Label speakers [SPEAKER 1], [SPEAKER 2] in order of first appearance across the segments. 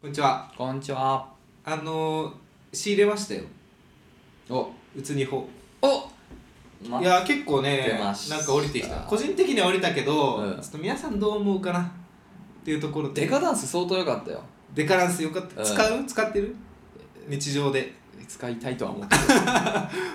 [SPEAKER 1] こんにちは。
[SPEAKER 2] こんにちは。
[SPEAKER 1] あのー仕入れましたよ。
[SPEAKER 2] お、
[SPEAKER 1] うつにほ。
[SPEAKER 2] お、ま
[SPEAKER 1] い、や、結構ね
[SPEAKER 2] 出、ました
[SPEAKER 1] なんか降りてきた。個人的には降りたけど、
[SPEAKER 2] うん
[SPEAKER 1] ちょっと皆さんどう思うかなっていうところで
[SPEAKER 2] デカダンス相当良かったよ。
[SPEAKER 1] デカランスよかった。
[SPEAKER 2] うん
[SPEAKER 1] 使う使ってる日常で。
[SPEAKER 2] 使いたいとは思ってる。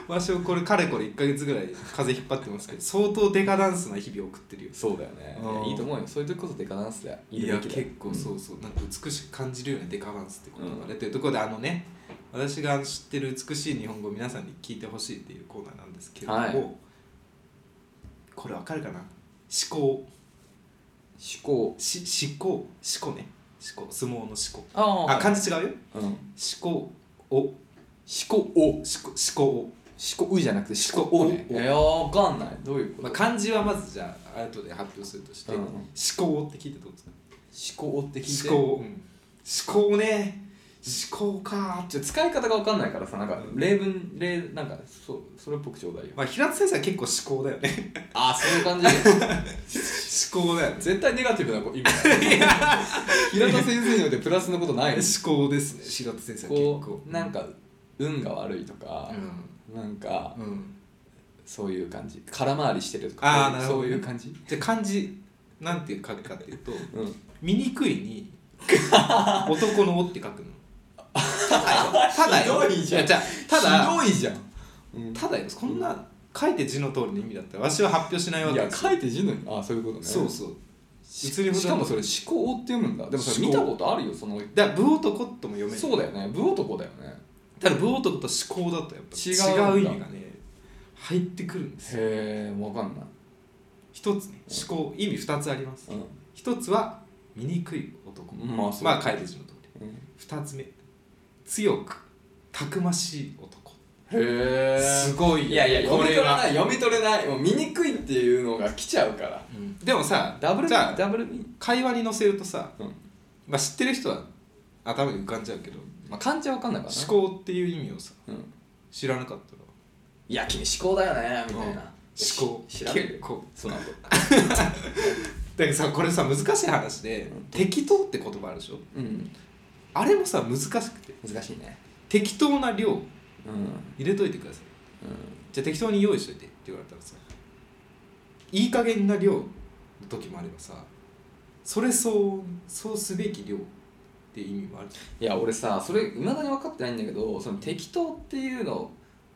[SPEAKER 1] わしはこれ、かれこれ1ヶ月ぐらい風邪引っ張ってますけど、相当デカダンスな日々を送ってるよ。
[SPEAKER 2] そうだよね
[SPEAKER 1] うん
[SPEAKER 2] いやいいと思うよ。そういう時こそデカダンスだよ。
[SPEAKER 1] いや結構そううそうなんか美しく感じるようなデカダンスって言葉がね、
[SPEAKER 2] う
[SPEAKER 1] というところであのね私が知ってる美しい日本語を皆さんに聞いてほしいっていうコーナーなんですけれども、
[SPEAKER 2] はい
[SPEAKER 1] これわかるかな思考
[SPEAKER 2] 趣向。
[SPEAKER 1] し思考思考ね思考相撲の思考
[SPEAKER 2] あ
[SPEAKER 1] あ
[SPEAKER 2] あ、
[SPEAKER 1] 漢字違うよ
[SPEAKER 2] うん。思
[SPEAKER 1] 思考を思考
[SPEAKER 2] 考を。思
[SPEAKER 1] 思考を、
[SPEAKER 2] 考うじゃなくて思考をね。
[SPEAKER 1] 思考を
[SPEAKER 2] いや、わかんない。どういうこ
[SPEAKER 1] ま
[SPEAKER 2] と
[SPEAKER 1] あ、漢字はまずじゃあ後で発表するとして、
[SPEAKER 2] うん
[SPEAKER 1] 思考をって聞いてどうですか
[SPEAKER 2] 思考って聞いて。
[SPEAKER 1] 思考、うん、思考ね思考かーって
[SPEAKER 2] ちょ使い方がわかんないからさ、なんか例文、例、なんか、そう、それっぽくちょうだいよ。
[SPEAKER 1] まあ平田先生は結構思考だよね
[SPEAKER 2] ああ、そういう感じ。
[SPEAKER 1] 思考だよね
[SPEAKER 2] 絶対ネガティブな意味だよ。平田先生によってプラスのことないよ。
[SPEAKER 1] 思考ですね白田先生は結
[SPEAKER 2] こ
[SPEAKER 1] 構
[SPEAKER 2] う、なんか、運が悪いとか、なんか、
[SPEAKER 1] うん、うん、
[SPEAKER 2] そういう感じ空回りしてると
[SPEAKER 1] あーな
[SPEAKER 2] か
[SPEAKER 1] るほど
[SPEAKER 2] そういう感じ
[SPEAKER 1] じゃあ漢字なんて書くかって いうと
[SPEAKER 2] うん
[SPEAKER 1] 「醜い」に「男の「って書くのただよただよ
[SPEAKER 2] ひどいじゃん
[SPEAKER 1] いやじゃあただ
[SPEAKER 2] ひどいじゃん、うん
[SPEAKER 1] ただよこんな書いて字の通りの意味だったらわしは発表しないわ
[SPEAKER 2] い
[SPEAKER 1] け
[SPEAKER 2] や
[SPEAKER 1] ですよ
[SPEAKER 2] 書いて字のあそういうことね
[SPEAKER 1] そうそう
[SPEAKER 2] し
[SPEAKER 1] 移りほど
[SPEAKER 2] しかもそれ「思考」って読むんだでもそれ見
[SPEAKER 1] 思
[SPEAKER 2] た
[SPEAKER 1] 考
[SPEAKER 2] ことあるよその
[SPEAKER 1] だから「武男」とも読める
[SPEAKER 2] そうだよね武男だよね
[SPEAKER 1] ただ武男と思考だとやっぱ
[SPEAKER 2] 違
[SPEAKER 1] 違
[SPEAKER 2] う
[SPEAKER 1] うん意
[SPEAKER 2] だ
[SPEAKER 1] 味がね入ってくるんですよ
[SPEAKER 2] へえ分かんない、
[SPEAKER 1] 一つね思考意味二つあります一つは醜い男
[SPEAKER 2] うん、まあそう
[SPEAKER 1] まあ書いて字の通り
[SPEAKER 2] うん
[SPEAKER 1] 二つ目強くたくましい男
[SPEAKER 2] へえ
[SPEAKER 1] すごいよ
[SPEAKER 2] いやいや読み取れ
[SPEAKER 1] こ
[SPEAKER 2] ない読み取れないもう醜いっていうのが来ちゃうから
[SPEAKER 1] うんでもさ
[SPEAKER 2] ダブル
[SPEAKER 1] じゃあ
[SPEAKER 2] ダブルミー
[SPEAKER 1] 会話に載せるとさ、
[SPEAKER 2] うん
[SPEAKER 1] まあ、知ってる人は頭に浮かんじゃうけど
[SPEAKER 2] まあ漢字は分かんないからね、
[SPEAKER 1] 思考っていう意味をさ
[SPEAKER 2] うん、
[SPEAKER 1] 知らなかったら
[SPEAKER 2] いや君思考だよねみたいな、
[SPEAKER 1] 思考
[SPEAKER 2] し調べる
[SPEAKER 1] 結構
[SPEAKER 2] そうなんだ
[SPEAKER 1] だけどさこれさ難しい話で、
[SPEAKER 2] うん
[SPEAKER 1] 適当って言葉あるでしょ
[SPEAKER 2] うん
[SPEAKER 1] あれもさ難しくて
[SPEAKER 2] 難しいね
[SPEAKER 1] 適当な量
[SPEAKER 2] うん
[SPEAKER 1] 入れといてくださいじゃあ適当に用意しといてって言われたらさいい加減な量の時もあればさそれそうそうすべき量って意味もある
[SPEAKER 2] いや俺さそれいまだに分かってないんだけどその適当っていうの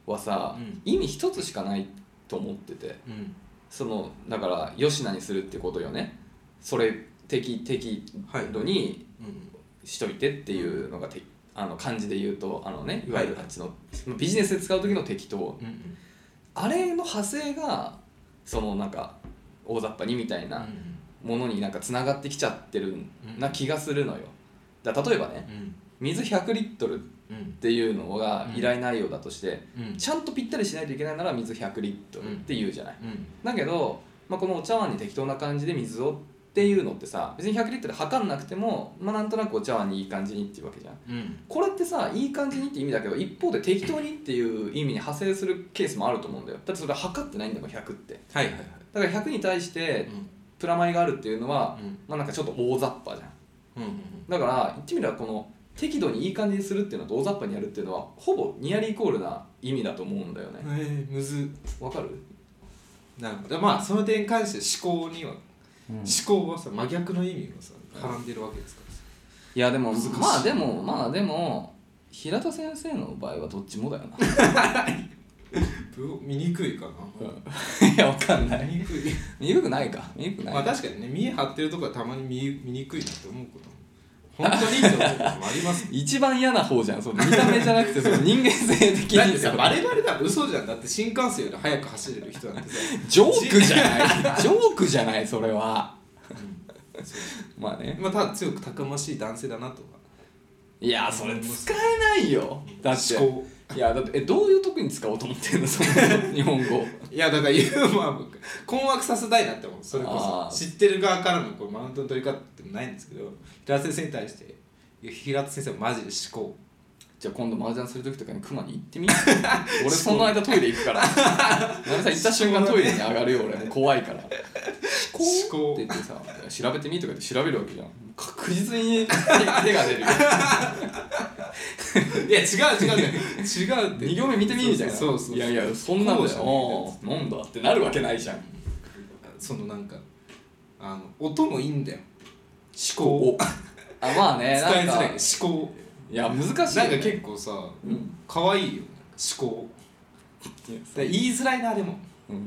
[SPEAKER 2] はさ、
[SPEAKER 1] うん
[SPEAKER 2] 意味一つしかないと思ってて
[SPEAKER 1] うん
[SPEAKER 2] そのだから吉名にするってことよねそれ適適
[SPEAKER 1] はい
[SPEAKER 2] 度に
[SPEAKER 1] うん
[SPEAKER 2] しといてっていうのがてあの漢字で言うとあのねいわゆる
[SPEAKER 1] はい
[SPEAKER 2] あっちのビジネスで使う時の適当
[SPEAKER 1] うん
[SPEAKER 2] あれの派生がそのなんか大雑把にみたいなものになんかつながってきちゃってるな気がするのよ。だ例えばね
[SPEAKER 1] うん
[SPEAKER 2] 水100リットル
[SPEAKER 1] うん
[SPEAKER 2] っていうのが
[SPEAKER 1] うん
[SPEAKER 2] 依頼内容だとして、
[SPEAKER 1] うん
[SPEAKER 2] ちゃんとぴったりしないといけないなら水100リットルって言うじゃない、
[SPEAKER 1] うん
[SPEAKER 2] だけど、まあ、このお茶碗に適当な感じで水をっていうのってさ別に100リットル測んなくても、まあ、なんとなくお茶碗にいい感じにっていうわけじゃん
[SPEAKER 1] うん
[SPEAKER 2] これってさいい感じにって意味だけど一方で適当にっていう意味に派生するケースもあると思うんだよだってそれ測ってないんだもん100って
[SPEAKER 1] はいはいはい
[SPEAKER 2] だから100に対して
[SPEAKER 1] うん
[SPEAKER 2] プラマイがあるっていうのは、
[SPEAKER 1] うん
[SPEAKER 2] まあなんかちょっと大雑把じゃん
[SPEAKER 1] うんうん
[SPEAKER 2] だから言ってみればこの適度にいい感じにするっていうのと大雑把にやるっていうのはほぼニアリーイコールな意味だと思うんだよね
[SPEAKER 1] えーむず
[SPEAKER 2] わかる、
[SPEAKER 1] なるほどまあその点に関して思考には思
[SPEAKER 2] い
[SPEAKER 1] 考はさ真逆の意味をさ絡んでるわけですからさ
[SPEAKER 2] やでも
[SPEAKER 1] 難しい
[SPEAKER 2] まあでもまあでも平田先生の場合はどっちもだよな
[SPEAKER 1] ぶ見にくいか
[SPEAKER 2] いやわかんな
[SPEAKER 1] ない 見にくい
[SPEAKER 2] 醜くないか醜くない
[SPEAKER 1] まあ確かにね見え張ってるとこはたまに見見にくいなって思うことも本当にいいと思うこともあります
[SPEAKER 2] 一番嫌な方じゃんその見た目じゃなくてその人間性 的
[SPEAKER 1] だって
[SPEAKER 2] に
[SPEAKER 1] さ我々だって嘘じゃんだって新幹線より早く走れる人なんてさ、
[SPEAKER 2] ジョークじゃない ジョークじゃないそれはまあね
[SPEAKER 1] まあ、ただ強くたくましい男性だなとか
[SPEAKER 2] いやそれ使えないよだって
[SPEAKER 1] 思考
[SPEAKER 2] いやだってえどういう時に使おうと思ってんの その日本語
[SPEAKER 1] いやだからユーモアも困惑させたいなって思うそれこ
[SPEAKER 2] あー
[SPEAKER 1] そ知ってる側からのこうマウントの取り方ってないんですけど平田先生に対していや平田先生はマジで思考
[SPEAKER 2] じゃあ今度麻雀する時とかに熊に行ってみ俺その間トイレ行くから成美さん行った瞬間トイレに上がるよ俺もう怖いから思考
[SPEAKER 1] 思考
[SPEAKER 2] って言ってさ調べてみとか言って調べるわけじゃん確実に手手が出 るよ
[SPEAKER 1] いや違う違うね違うって
[SPEAKER 2] 2行目見てみみたいな
[SPEAKER 1] そうそうそう
[SPEAKER 2] やいやそんなんだよ
[SPEAKER 1] こ
[SPEAKER 2] あーなんだってなるわけないじゃん
[SPEAKER 1] そのなんかあの音もいいんだよ思
[SPEAKER 2] お
[SPEAKER 1] 考
[SPEAKER 2] あまあね
[SPEAKER 1] 伝えづ
[SPEAKER 2] なんから
[SPEAKER 1] い思考
[SPEAKER 2] いや難しい、ね、
[SPEAKER 1] なんか結構さ
[SPEAKER 2] うん
[SPEAKER 1] 可愛いよ思考で言いづらいなでも
[SPEAKER 2] うん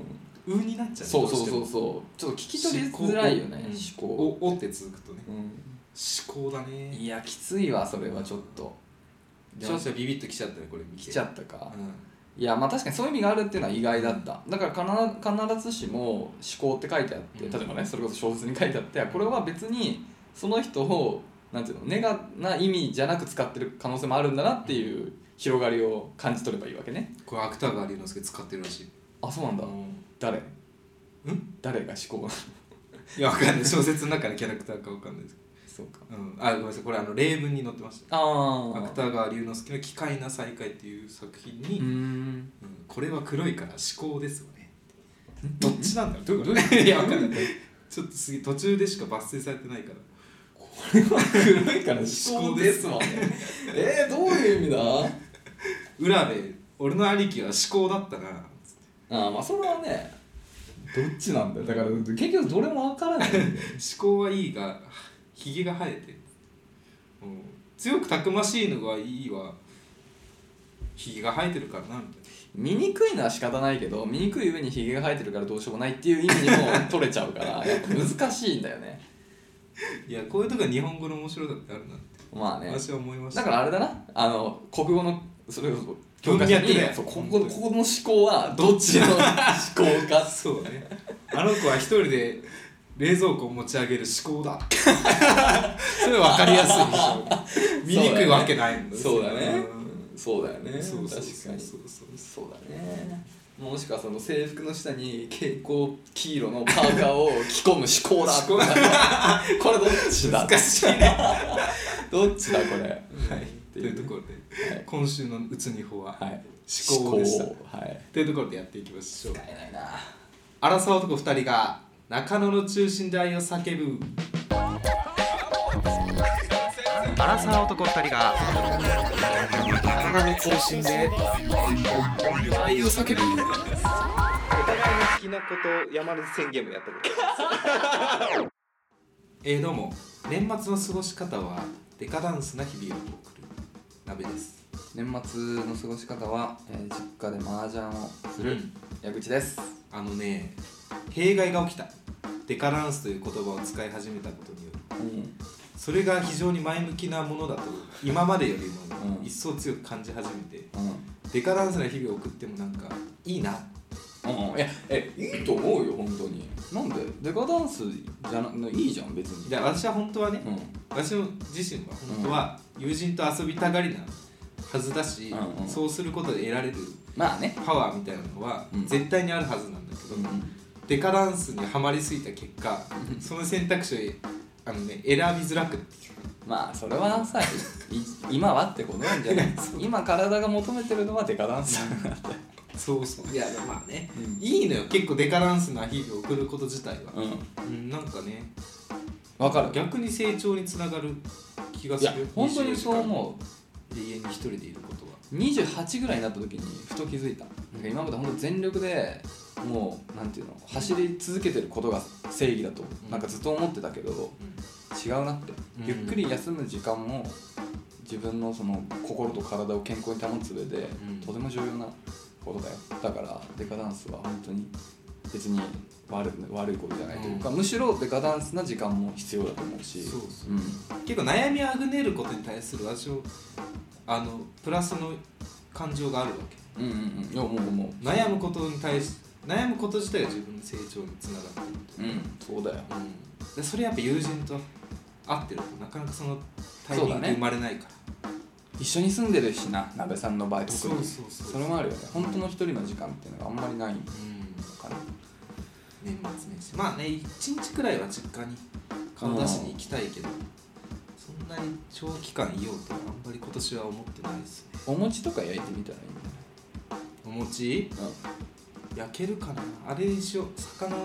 [SPEAKER 1] うになっちゃう
[SPEAKER 2] そうそうそう
[SPEAKER 1] う
[SPEAKER 2] そうちょっと聞き取りづらいよね思考
[SPEAKER 1] おおって続くとね
[SPEAKER 2] うん
[SPEAKER 1] 思考だね
[SPEAKER 2] いやきついわそれはちょっと
[SPEAKER 1] ちょっとビビッときちゃったねこれ見て
[SPEAKER 2] 来ちゃったか
[SPEAKER 1] うん
[SPEAKER 2] いやまあ確かにそういう意味があるっていうのは意外だっただから必必ずしも思考って書いてあって
[SPEAKER 1] うん
[SPEAKER 2] 例えばねそれこそ小説に書いてあってこれは別にその人をなんていうのネガな意味じゃなく使ってる可能性もあるんだなっていう広がりを感じ取ればいいわけね
[SPEAKER 1] これ芥川龍之介使ってるらしい
[SPEAKER 2] あそうなんだ誰ん誰が思考
[SPEAKER 1] いやわかんない小説の中のキャラクターかわかんないですけ
[SPEAKER 2] そうか
[SPEAKER 1] ど、うん、あごめんなさいこれあの例文に載ってました
[SPEAKER 2] ああ
[SPEAKER 1] 芥川龍之介の「奇怪な再会」っていう作品に、
[SPEAKER 2] うーん
[SPEAKER 1] うんこれは黒いから思考ですよねどっちなんだろうどういう こといやわかんないちょっと次途中でしか抜粋されてないから
[SPEAKER 2] 黒いから思考ですわねえー、どういう意味だ
[SPEAKER 1] 裏で俺の兄貴は思考だったな
[SPEAKER 2] ああまあそれはねどっちなんだよだから結局どれもわからないんだよ
[SPEAKER 1] 思考はいいがひげが生えてる、うん、強くたくましいのがいいはひげが生えてるからなみたいな
[SPEAKER 2] 醜いのは仕方ないけど醜い上にひげが生えてるからどうしようもないっていう意味にも取れちゃ うからやっぱ難しいんだよね
[SPEAKER 1] いやこういうとこは日本語の面白さってあるなって
[SPEAKER 2] まあね
[SPEAKER 1] 私は思いました
[SPEAKER 2] だからあれだなあの国語のそれこそ教科書
[SPEAKER 1] 文
[SPEAKER 2] に
[SPEAKER 1] 脈だよ
[SPEAKER 2] そうここここの思考はどっちの思考か
[SPEAKER 1] そうねあの子は一人で冷蔵庫を持ち上げる思考だそれ分かりやすいでしょ見にくいわけないもん
[SPEAKER 2] そうだね
[SPEAKER 1] ん
[SPEAKER 2] そうだよね
[SPEAKER 1] そうそう
[SPEAKER 2] 確か
[SPEAKER 1] そう
[SPEAKER 2] に
[SPEAKER 1] そうそう
[SPEAKER 2] そうだねもしくはその制服の下に蛍光黄色のパーカーを着込む思考だ
[SPEAKER 1] 思考
[SPEAKER 2] これどっちだ
[SPEAKER 1] 難しいね
[SPEAKER 2] どっちだこれ はい
[SPEAKER 1] はいというところで、
[SPEAKER 2] はい
[SPEAKER 1] 今週の「うつにほ」は
[SPEAKER 2] はい
[SPEAKER 1] 思考でした
[SPEAKER 2] 思考はい
[SPEAKER 1] というところでやっていきましょう
[SPEAKER 2] 使えないな
[SPEAKER 1] 荒沢男2人が中野の中心で愛を叫ぶ荒沢男2人が中野の中心で愛を叫ぶお互いの好きなこと山根宣言もやったこと えー、どうも年末の過ごし方はデカダンスな日々を送る鍋です
[SPEAKER 2] 年末の過ごし方は、えー実家で麻雀をす
[SPEAKER 1] う
[SPEAKER 2] る
[SPEAKER 1] ん
[SPEAKER 2] 矢口です
[SPEAKER 1] あのね弊害が起きたデカダンスという言葉を使い始めたことによる
[SPEAKER 2] うん
[SPEAKER 1] それが非常に前向きなものだと今までよりも
[SPEAKER 2] うん
[SPEAKER 1] 一層強く感じ始めて、
[SPEAKER 2] う
[SPEAKER 1] デカダンスな日々を送ってもなんかいいな、
[SPEAKER 2] んうんいやえいいと思うよ本当になんでデカダンスじゃないいじゃん別に
[SPEAKER 1] で私は本当はね、
[SPEAKER 2] うん
[SPEAKER 1] 私自身は本当は友人と遊びたがりなはずだし、
[SPEAKER 2] うんうん
[SPEAKER 1] そうすることで得られる
[SPEAKER 2] まあね
[SPEAKER 1] パワーみたいなのは
[SPEAKER 2] うん
[SPEAKER 1] 絶対にあるはずなんだけど、
[SPEAKER 2] う
[SPEAKER 1] デカダンスにはまりすぎた結果
[SPEAKER 2] うん
[SPEAKER 1] その選択肢をあの、ね、選びづらくっていう。
[SPEAKER 2] まあそれはさい 今はってことなんじゃない今体が求めてるのはデカダンスなんだ
[SPEAKER 1] そうそういやまあね、
[SPEAKER 2] うん
[SPEAKER 1] いいのよ結構デカダンスな日々を送ること自体は、
[SPEAKER 2] う
[SPEAKER 1] う
[SPEAKER 2] ん
[SPEAKER 1] ん、なんかね
[SPEAKER 2] わかる
[SPEAKER 1] 逆に成長につながる気が
[SPEAKER 2] い
[SPEAKER 1] す
[SPEAKER 2] や
[SPEAKER 1] る
[SPEAKER 2] 本当にそう思う
[SPEAKER 1] う永遠に一人でいることは
[SPEAKER 2] 28ぐらいになった時にふと気づいただから今まで本当全力でもうなんていうの走り続けてることが正義だと
[SPEAKER 1] うん
[SPEAKER 2] なんかずっと思ってたけど違うなって
[SPEAKER 1] うん
[SPEAKER 2] ゆっくり休む時間も自分のその心と体を健康に保つ上で
[SPEAKER 1] うん
[SPEAKER 2] とても重要なことだよだからデカダンスは本当に別に悪い悪いことじゃないというかむしろデカダンスな時間も必要だと思うし
[SPEAKER 1] そうそう
[SPEAKER 2] うん
[SPEAKER 1] 結構悩みあぐねることに対する私をあのプラスの感情があるわけ
[SPEAKER 2] うんうんうんいやもうもう
[SPEAKER 1] 悩むことに対し悩むこと自体が自分の成長につながってる
[SPEAKER 2] うんそうだよ
[SPEAKER 1] と、でそれやっぱ友人と会ってるとなかなかそのタイミ
[SPEAKER 2] そ
[SPEAKER 1] ング
[SPEAKER 2] うだね
[SPEAKER 1] 生まれないから
[SPEAKER 2] 一緒に住んでるしな鍋さんの場合特
[SPEAKER 1] そう,、
[SPEAKER 2] に
[SPEAKER 1] そうそう
[SPEAKER 2] それもあるよね本当の一人の時間っていうのがあんまりないの
[SPEAKER 1] うん
[SPEAKER 2] かな
[SPEAKER 1] 年末年始まあね1日くらいは実家に顔出しに行きたいけど、そんなに長期間いようとはあんまり今年は思ってないですね
[SPEAKER 2] お餅とか焼いてみたらいいん
[SPEAKER 1] お餅
[SPEAKER 2] じゃない
[SPEAKER 1] 焼けるかなあれにしよう魚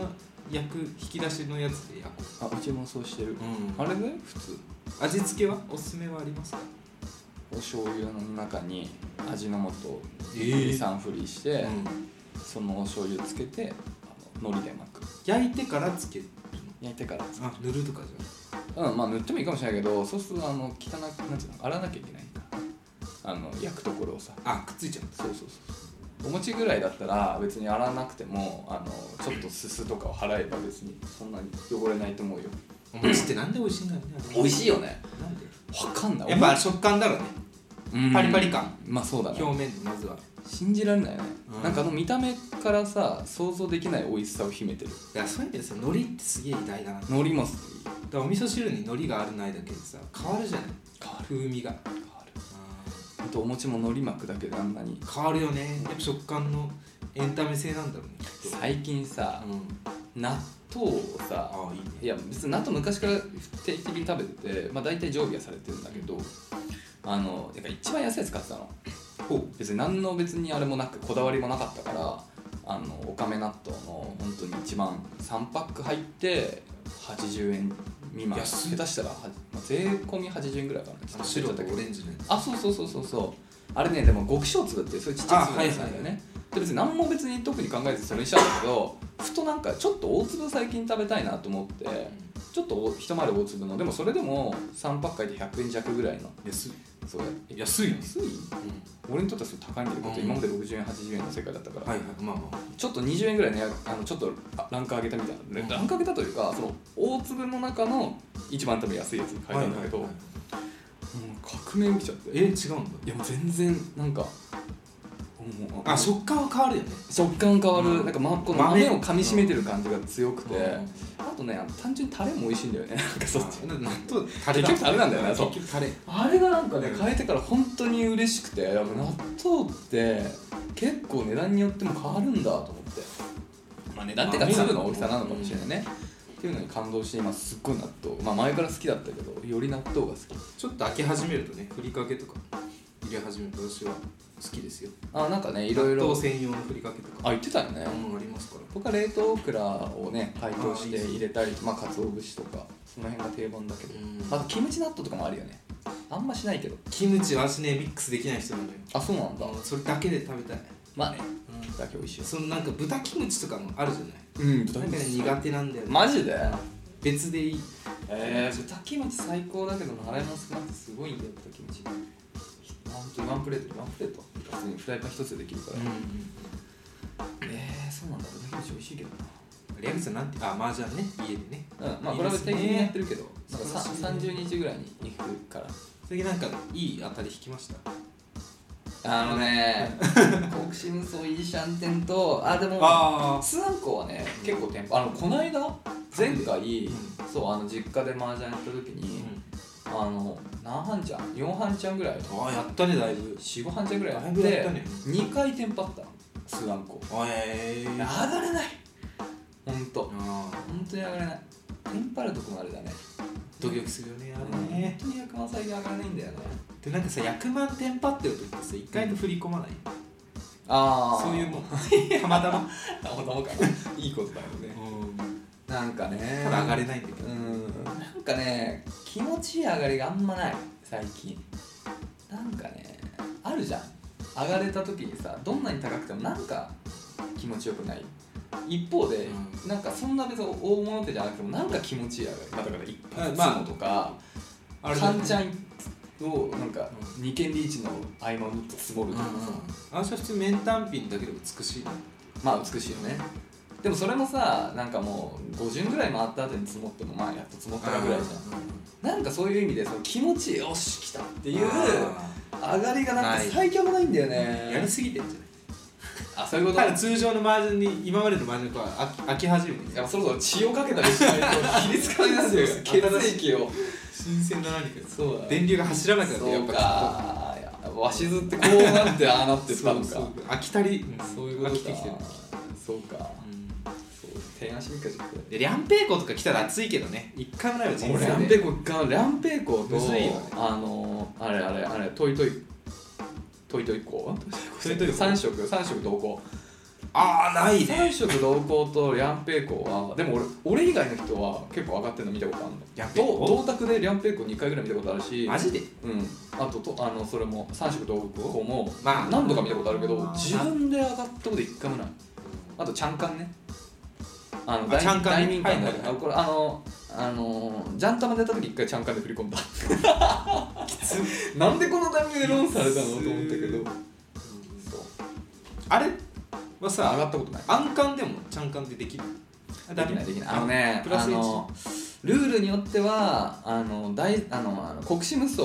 [SPEAKER 1] 焼く引き出しのやつで焼く、
[SPEAKER 2] あうちもそうしてる
[SPEAKER 1] う
[SPEAKER 2] あ
[SPEAKER 1] ん、あ
[SPEAKER 2] れ
[SPEAKER 1] れ
[SPEAKER 2] ね普通
[SPEAKER 1] 味付けはおすすめはありますか
[SPEAKER 2] お醤油の中に味の素を
[SPEAKER 1] え
[SPEAKER 2] 23振りして、
[SPEAKER 1] うん
[SPEAKER 2] そのお醤油つけてあの海苔で巻く
[SPEAKER 1] 焼いてからつける
[SPEAKER 2] 焼いてから
[SPEAKER 1] あ塗るとかじゃな
[SPEAKER 2] うんまあ塗ってもいいかもしれないけどそうするとあの汚くなんていうの洗わなきゃいけないからあの焼くところをさ
[SPEAKER 1] いあくっついちゃう
[SPEAKER 2] そうそうそうお餅ぐらいだったら別に洗わなくてもあのちょっとすすとかを払えば別にそんなに汚れないと思うよ
[SPEAKER 1] お餅ってなんで美味しいんだろうね
[SPEAKER 2] 美味しい
[SPEAKER 1] よ
[SPEAKER 2] よね
[SPEAKER 1] なんで
[SPEAKER 2] わかんない
[SPEAKER 1] やっぱ食感だろうね
[SPEAKER 2] うん
[SPEAKER 1] パリパリ感
[SPEAKER 2] まあそうだね
[SPEAKER 1] 表面のまずは
[SPEAKER 2] 信じられないよね、
[SPEAKER 1] うん
[SPEAKER 2] なんかあの見た目からさ想像できない美味しさを秘めてる
[SPEAKER 1] いやそういう意味でさ海苔ってすげえ偉大だなだか
[SPEAKER 2] 海苔も
[SPEAKER 1] らお味噌汁に海苔があるないだけでさ変わるじゃない
[SPEAKER 2] 変わる
[SPEAKER 1] 風味が
[SPEAKER 2] 変わるあとお餅も海苔巻くだけであんなに
[SPEAKER 1] 変わるよねやっぱ食感のエンタメ性なんだろうねきっと
[SPEAKER 2] 最近さ
[SPEAKER 1] うん
[SPEAKER 2] 納豆をさ
[SPEAKER 1] ああいいね
[SPEAKER 2] いや別に納豆昔から定期的に食べてて、まあ、大体常備はされてるんだけどあのなんか一番安いやつ買ってたの
[SPEAKER 1] ほう
[SPEAKER 2] 別に何の別にあれもなくこだわりもなかったからあのおかめ納豆の本当に一番3パック入って80円未満
[SPEAKER 1] 安い
[SPEAKER 2] 下手したら、はまあ税込み80円ぐらいかな
[SPEAKER 1] あの白と
[SPEAKER 2] だけ
[SPEAKER 1] オレンジのやつ
[SPEAKER 2] あそうそうそうそうそうあれねでも極小粒っていうそういうちっちゃい粒
[SPEAKER 1] あ
[SPEAKER 2] な
[SPEAKER 1] はい
[SPEAKER 2] ん
[SPEAKER 1] は
[SPEAKER 2] だ
[SPEAKER 1] い
[SPEAKER 2] よ
[SPEAKER 1] はい
[SPEAKER 2] ね、で別に何も別に特に考えずそれにしたんだけどふとなんかちょっと大粒最近食べたいなと思ってちょっとお一回り大粒のでもそれでも3パック入って100円弱ぐらいの
[SPEAKER 1] 安い
[SPEAKER 2] そうやって
[SPEAKER 1] 安いの
[SPEAKER 2] 安い俺にとってはすごい高いんだけど、
[SPEAKER 1] うん
[SPEAKER 2] 今まで60円80円の世界だったから、
[SPEAKER 1] はいはいまあまあ
[SPEAKER 2] ちょっと20円ぐらいねあのちょっとあランク上げたみたいな、
[SPEAKER 1] うん
[SPEAKER 2] ランク上げたというかその大粒の中の一番多分安いやつに変えたんだけど、
[SPEAKER 1] はいはい
[SPEAKER 2] もう革命起きちゃって
[SPEAKER 1] え違うん
[SPEAKER 2] い
[SPEAKER 1] だ
[SPEAKER 2] やもう全然なんかもう
[SPEAKER 1] あ食感は変わるよね
[SPEAKER 2] 食感変わる、
[SPEAKER 1] うん
[SPEAKER 2] なんか、ま、この
[SPEAKER 1] 豆
[SPEAKER 2] 豆を噛みしめてる感じが強くて、
[SPEAKER 1] うん
[SPEAKER 2] あとねあの単純にタレも美味しいんだよねなんかそっち
[SPEAKER 1] あ納豆タレだ
[SPEAKER 2] 結局タレなんだよねそう
[SPEAKER 1] 結局タレ
[SPEAKER 2] あれがなんかね
[SPEAKER 1] うん
[SPEAKER 2] 変えてから本当に嬉しくてやっぱ納豆って結構値段によっても変わるんだと思ってまあ値段っていうか
[SPEAKER 1] まあ
[SPEAKER 2] 粒の大きさなのかもしれないね、っていうのに感動して今すっごい納豆まあ前から好きだったけどより納豆が好き
[SPEAKER 1] ちょっと開け始めるとねふりかけとか入れ始めると私は好きですよ
[SPEAKER 2] あなんかねいろい
[SPEAKER 1] 納
[SPEAKER 2] ろ
[SPEAKER 1] 豆専用のふりかけと
[SPEAKER 2] あ
[SPEAKER 1] か
[SPEAKER 2] 言ってたよね、
[SPEAKER 1] うんありますから
[SPEAKER 2] 僕は冷凍オクラをね解凍
[SPEAKER 1] あーい
[SPEAKER 2] して
[SPEAKER 1] いですね
[SPEAKER 2] 入れたりまあ鰹節とかその辺が定番だけど
[SPEAKER 1] うん
[SPEAKER 2] あとキムチ納豆とかもあるよねあんましないけど
[SPEAKER 1] キムチは私ねミックスできない人なんだよ
[SPEAKER 2] あそうなんだ
[SPEAKER 1] それだけで食べたい、
[SPEAKER 2] まあねだけ美味しい
[SPEAKER 1] そのなんか豚キムチとかもあるじゃない
[SPEAKER 2] うん
[SPEAKER 1] なんかね苦手なんだよね、
[SPEAKER 2] マジで
[SPEAKER 1] 別でいい
[SPEAKER 2] えー、豚キムチ最高だけど洗いも少なくてすごいんだよ豚キムチほんとにワンプレートワンプレート普通にフライパン一つでできるから、えー、そうなんだ豚キムチ美味しいけど
[SPEAKER 1] リアクさんなんてあ麻雀ね家でね
[SPEAKER 2] なうんまあ
[SPEAKER 1] いい
[SPEAKER 2] これ
[SPEAKER 1] で
[SPEAKER 2] は
[SPEAKER 1] すね
[SPEAKER 2] 定期的にやってるけどなんかさ
[SPEAKER 1] 素晴らしいね
[SPEAKER 2] 30日ぐらいに行くから
[SPEAKER 1] 最近なんかいい当たり引きました
[SPEAKER 2] あのね、 国士無双イーシャンテンと、あ、でも、
[SPEAKER 1] あ
[SPEAKER 2] スナンコはね、結構テンポ、あの、この間、前回、
[SPEAKER 1] うん
[SPEAKER 2] そう、あの、実家で麻雀やった時に、あの、何半ちゃん ?4 半ちゃんぐらい
[SPEAKER 1] ああやったねだいぶ
[SPEAKER 2] ?4、5半ちゃんぐらいや
[SPEAKER 1] だい
[SPEAKER 2] っ
[SPEAKER 1] ぶ
[SPEAKER 2] て、
[SPEAKER 1] やったね
[SPEAKER 2] 2回テンパった、スナンコ。
[SPEAKER 1] あえ
[SPEAKER 2] 上がれないほんと、
[SPEAKER 1] あ
[SPEAKER 2] ほんとに上がれない。テンパるとこもあれだね。
[SPEAKER 1] ドキドキするよねあ
[SPEAKER 2] うん
[SPEAKER 1] れね
[SPEAKER 2] ほんとに役満最近上がれないんだよね。
[SPEAKER 1] でなんかさ役満テンパってる時ってさ一回も振り込まない、
[SPEAKER 2] あ
[SPEAKER 1] そういうも
[SPEAKER 2] ん。
[SPEAKER 1] んたまたま、
[SPEAKER 2] たまたまかな。いいことだよね。なんかね。
[SPEAKER 1] ただ上がれないんだけど、
[SPEAKER 2] うんなんかね気持ちいい上がりがあんまない最近なんかねあるじゃん上がれた時にさどんなに高くてもなんか気持ちよくない一方で、
[SPEAKER 1] う
[SPEAKER 2] なんかそんな別に大物手じゃなくてもなんか気持ちいい上がり、まあ、だから一発
[SPEAKER 1] まあ
[SPEAKER 2] 相撲とか、
[SPEAKER 1] あれだ
[SPEAKER 2] カ
[SPEAKER 1] よね
[SPEAKER 2] ンチャンをなんか
[SPEAKER 1] う
[SPEAKER 2] 二軒リーチの合間を縫って積もるとかさ、
[SPEAKER 1] あの人普通面単品だけでも美しいな
[SPEAKER 2] まあ美しいよねでもそれもさなんかもう5巡ぐらい回った後に積もってもまあやっと積もったかぐらいじゃんなんかそういう意味でその気持ちよし来たっていう上がりがなくて
[SPEAKER 1] ない
[SPEAKER 2] 最強もないんだよ
[SPEAKER 1] やり
[SPEAKER 2] ね
[SPEAKER 1] すぎてんじゃない
[SPEAKER 2] あそういうこと
[SPEAKER 1] ただ通常のマージャンに今までのマージャンとは飽き飽き始めて
[SPEAKER 2] やっぱそろそろ血をかけたりしないと切りつ かれますよ血液を
[SPEAKER 1] 新鮮な何かです
[SPEAKER 2] そうだ
[SPEAKER 1] 電流が走らなくなって
[SPEAKER 2] そ
[SPEAKER 1] やっ
[SPEAKER 2] う
[SPEAKER 1] ぱ
[SPEAKER 2] かわしずってこうなってああなってたのか
[SPEAKER 1] そうそう飽きたり
[SPEAKER 2] そういうことか
[SPEAKER 1] 飽きてきてる
[SPEAKER 2] そうかそう提案しにくかちょっと
[SPEAKER 1] でリャンペイコとか来たら熱いけどね一回もないわ人
[SPEAKER 2] 俺ラ
[SPEAKER 1] 生
[SPEAKER 2] ンペ
[SPEAKER 1] で
[SPEAKER 2] イコがランペイコと
[SPEAKER 1] むずいよね
[SPEAKER 2] あのあれあれあれトイトイトイトイコ
[SPEAKER 1] トイトイコ
[SPEAKER 2] 三色三色同行
[SPEAKER 1] ああないね
[SPEAKER 2] 大将と同行とリャンペイコはでも俺俺以外の人は結構上がってるの見たことあるの
[SPEAKER 1] リャンペイコ
[SPEAKER 2] どう同卓でリャンペイコ2回ぐらい見たことあるし
[SPEAKER 1] マジで
[SPEAKER 2] うん、あととあのそれも三色同行も
[SPEAKER 1] まあ
[SPEAKER 2] 何度か見たことあるけど
[SPEAKER 1] まあ
[SPEAKER 2] 自分で上がったこと1回もないあとちゃんかんねあの
[SPEAKER 1] あ
[SPEAKER 2] 大
[SPEAKER 1] チャンカンね
[SPEAKER 2] 大民間だけ
[SPEAKER 1] はいはい
[SPEAKER 2] ど
[SPEAKER 1] はい
[SPEAKER 2] あこれあのあのジャンタマ出た時1回ちゃんかんで振り込 んだ なんでこのタイミングでローンされたのと思ったけどそう
[SPEAKER 1] あれは
[SPEAKER 2] 上
[SPEAKER 1] さ
[SPEAKER 2] がったことない
[SPEAKER 1] 暗缶でもちゃんかんでできる
[SPEAKER 2] できないできないあのね
[SPEAKER 1] プラス
[SPEAKER 2] あのルールによってはあの大あのあの国士無双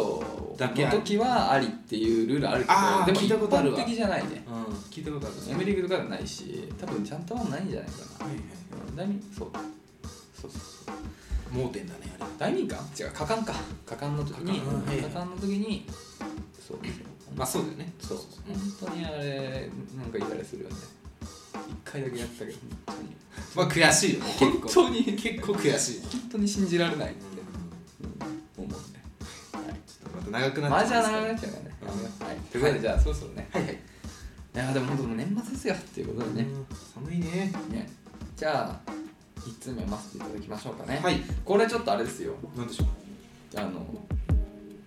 [SPEAKER 1] だけあ
[SPEAKER 2] の
[SPEAKER 1] る
[SPEAKER 2] 時はありっていうルールあるけ
[SPEAKER 1] あー
[SPEAKER 2] ど
[SPEAKER 1] 聞いた
[SPEAKER 2] でも
[SPEAKER 1] こ
[SPEAKER 2] 一
[SPEAKER 1] とある
[SPEAKER 2] 般
[SPEAKER 1] わ
[SPEAKER 2] 的じゃないね
[SPEAKER 1] うん聞いたことある
[SPEAKER 2] エメリグとかではないし多分ちゃんとはないんじゃないかな
[SPEAKER 1] はいはい
[SPEAKER 2] うん大民そうそうそうそう
[SPEAKER 1] 盲点だねあれ
[SPEAKER 2] 大民館違う果敢か果敢の時に
[SPEAKER 1] 果敢うん
[SPEAKER 2] 果敢の時にそう
[SPEAKER 1] まあそうだよね
[SPEAKER 2] そう本当にあれなんかイライラするよね一回だけやったけど本当に
[SPEAKER 1] まあ悔しいよ ね結構
[SPEAKER 2] 本当に
[SPEAKER 1] 結構悔しい
[SPEAKER 2] 本当に信じられないって
[SPEAKER 1] ち
[SPEAKER 2] 思うね
[SPEAKER 1] ょっとまた長くなっ
[SPEAKER 2] マ
[SPEAKER 1] ち
[SPEAKER 2] ジ
[SPEAKER 1] ゃ
[SPEAKER 2] は
[SPEAKER 1] うんですけど
[SPEAKER 2] 長くなっちゃうからね
[SPEAKER 1] うん
[SPEAKER 2] はいということでじゃあそろそろね
[SPEAKER 1] はいはい
[SPEAKER 2] いやでも本当もう年末ですよっていうことでね
[SPEAKER 1] うん寒いね
[SPEAKER 2] ねじゃあ1通目読ませていただきましょうかね
[SPEAKER 1] はい
[SPEAKER 2] これちょっとあれですよ
[SPEAKER 1] なんでしょう
[SPEAKER 2] あの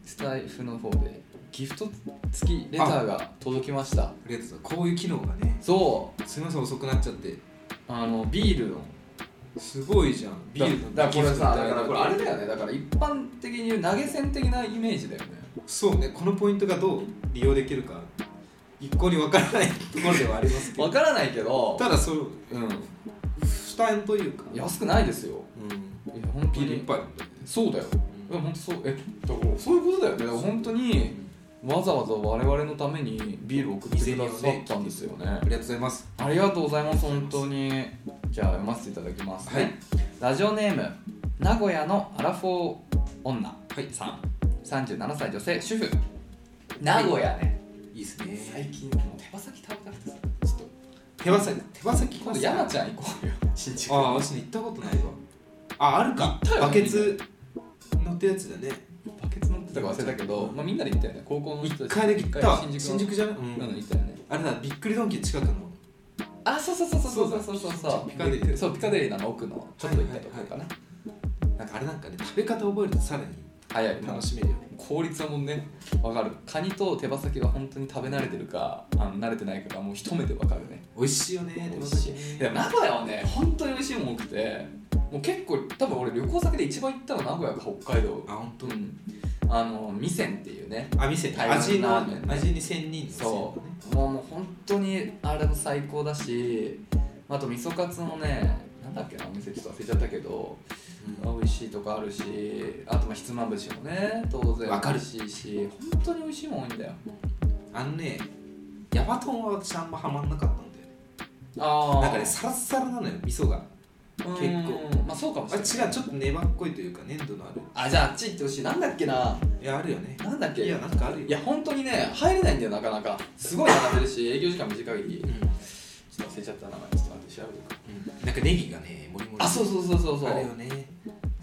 [SPEAKER 2] スタイフの方でギフト付きレターが届きました
[SPEAKER 1] ありがとうございますこういう機能がね
[SPEAKER 2] そう
[SPEAKER 1] すみません遅くなっちゃって
[SPEAKER 2] あのビールの
[SPEAKER 1] すごいじゃんビールの
[SPEAKER 2] だだからこれさ
[SPEAKER 1] ギ
[SPEAKER 2] だ
[SPEAKER 1] フ
[SPEAKER 2] から
[SPEAKER 1] ト
[SPEAKER 2] これあれだよねだから一般的に言う投げ銭的なイメージだよね
[SPEAKER 1] そうねこのポイントがどう利用できるか一向にわからないところではありますけ
[SPEAKER 2] わ
[SPEAKER 1] ど
[SPEAKER 2] からないけど
[SPEAKER 1] ただその
[SPEAKER 2] うん
[SPEAKER 1] 負担というか
[SPEAKER 2] 安くないですよ
[SPEAKER 1] うん
[SPEAKER 2] いや本当
[SPEAKER 1] ビールいっ
[SPEAKER 2] に
[SPEAKER 1] ぱい
[SPEAKER 2] そうだよい
[SPEAKER 1] う
[SPEAKER 2] や
[SPEAKER 1] ん
[SPEAKER 2] 本当そうえだからそういうことだよねだから本当にわざわざ我々のためにビールを送ってくださったんですよね
[SPEAKER 1] ありがとうございます
[SPEAKER 2] ありがとうございます本当にじゃあ読ませていただきますね、
[SPEAKER 1] はい
[SPEAKER 2] ラジオネーム名古屋のアラフォー女
[SPEAKER 1] はい
[SPEAKER 2] さん37歳女性主婦名古屋ね
[SPEAKER 1] いいですね
[SPEAKER 2] 近もう手羽先食べたくてさちょっと
[SPEAKER 1] 手羽先手羽先
[SPEAKER 2] 今度山ちゃん行こうよ新宿
[SPEAKER 1] ああ私行ったことないわああるか
[SPEAKER 2] 行ったよ
[SPEAKER 1] バケツ乗ってるやつだね
[SPEAKER 2] バケツ乗ってたか忘れたけど、まあ、みんなで行ったよね高校の人
[SPEAKER 1] 一
[SPEAKER 2] たち
[SPEAKER 1] 回だけ行った
[SPEAKER 2] 一回
[SPEAKER 1] 新
[SPEAKER 2] 新宿
[SPEAKER 1] 宿じゃない
[SPEAKER 2] のうん行ったよね
[SPEAKER 1] あれだびっくりドンキー近くの
[SPEAKER 2] あそうそうそうそうそうそうそうそう
[SPEAKER 1] ピカデリー
[SPEAKER 2] そうピカデリーのあの奥のちょっと行ったところかな、
[SPEAKER 1] なんかあれなんかね食べ方覚えるとさらに
[SPEAKER 2] 早い
[SPEAKER 1] 楽しめるよね
[SPEAKER 2] 効率はもうねわかるカニと手羽先は本当に食べ慣れてるかあの慣れてないかがもう一目でわかるね
[SPEAKER 1] 美味しいよね
[SPEAKER 2] 美
[SPEAKER 1] 手羽
[SPEAKER 2] 味し
[SPEAKER 1] 先
[SPEAKER 2] いでも名古屋はね本当に美味しいもん多くてもう結構多分俺旅行先で一番行ったのは名古屋か北海道
[SPEAKER 1] あ本当
[SPEAKER 2] う。んあの味仙っていうね
[SPEAKER 1] あ店
[SPEAKER 2] 台湾
[SPEAKER 1] 味の
[SPEAKER 2] ラーメンね
[SPEAKER 1] 味に千人のせいだね
[SPEAKER 2] そうもうもう本当にあれも最高だしあと味噌カツもねなんだっけなお店ちょっと忘れちゃったけど
[SPEAKER 1] うん
[SPEAKER 2] 美味しいとこあるしあとまあひつまぶしもね当然
[SPEAKER 1] わかる
[SPEAKER 2] 美味しいし本当に美味しいもん多いんだよ
[SPEAKER 1] あのねヤバトンは私あんまハマんなかったんだよね
[SPEAKER 2] ああ
[SPEAKER 1] なんかねサラッサラなのよ味噌が
[SPEAKER 2] 結
[SPEAKER 1] 結
[SPEAKER 2] 構まあそうかもし
[SPEAKER 1] あ
[SPEAKER 2] れ
[SPEAKER 1] 違
[SPEAKER 2] な
[SPEAKER 1] う
[SPEAKER 2] い
[SPEAKER 1] ちょっと粘っこいというか粘土のある
[SPEAKER 2] あじゃああっち行ってほしいなんだっけない
[SPEAKER 1] やあるよね
[SPEAKER 2] なんだっけ
[SPEAKER 1] いやなんかあるよ
[SPEAKER 2] いや本当にね入れないんだよなかなかすごい並んでるし営業時間短い限り
[SPEAKER 1] うん
[SPEAKER 2] ちょっと忘れちゃった名前ちょっと待って調べてくる
[SPEAKER 1] なんかネギがね、もりもり。
[SPEAKER 2] あそうそうそうそうそう
[SPEAKER 1] あるよね。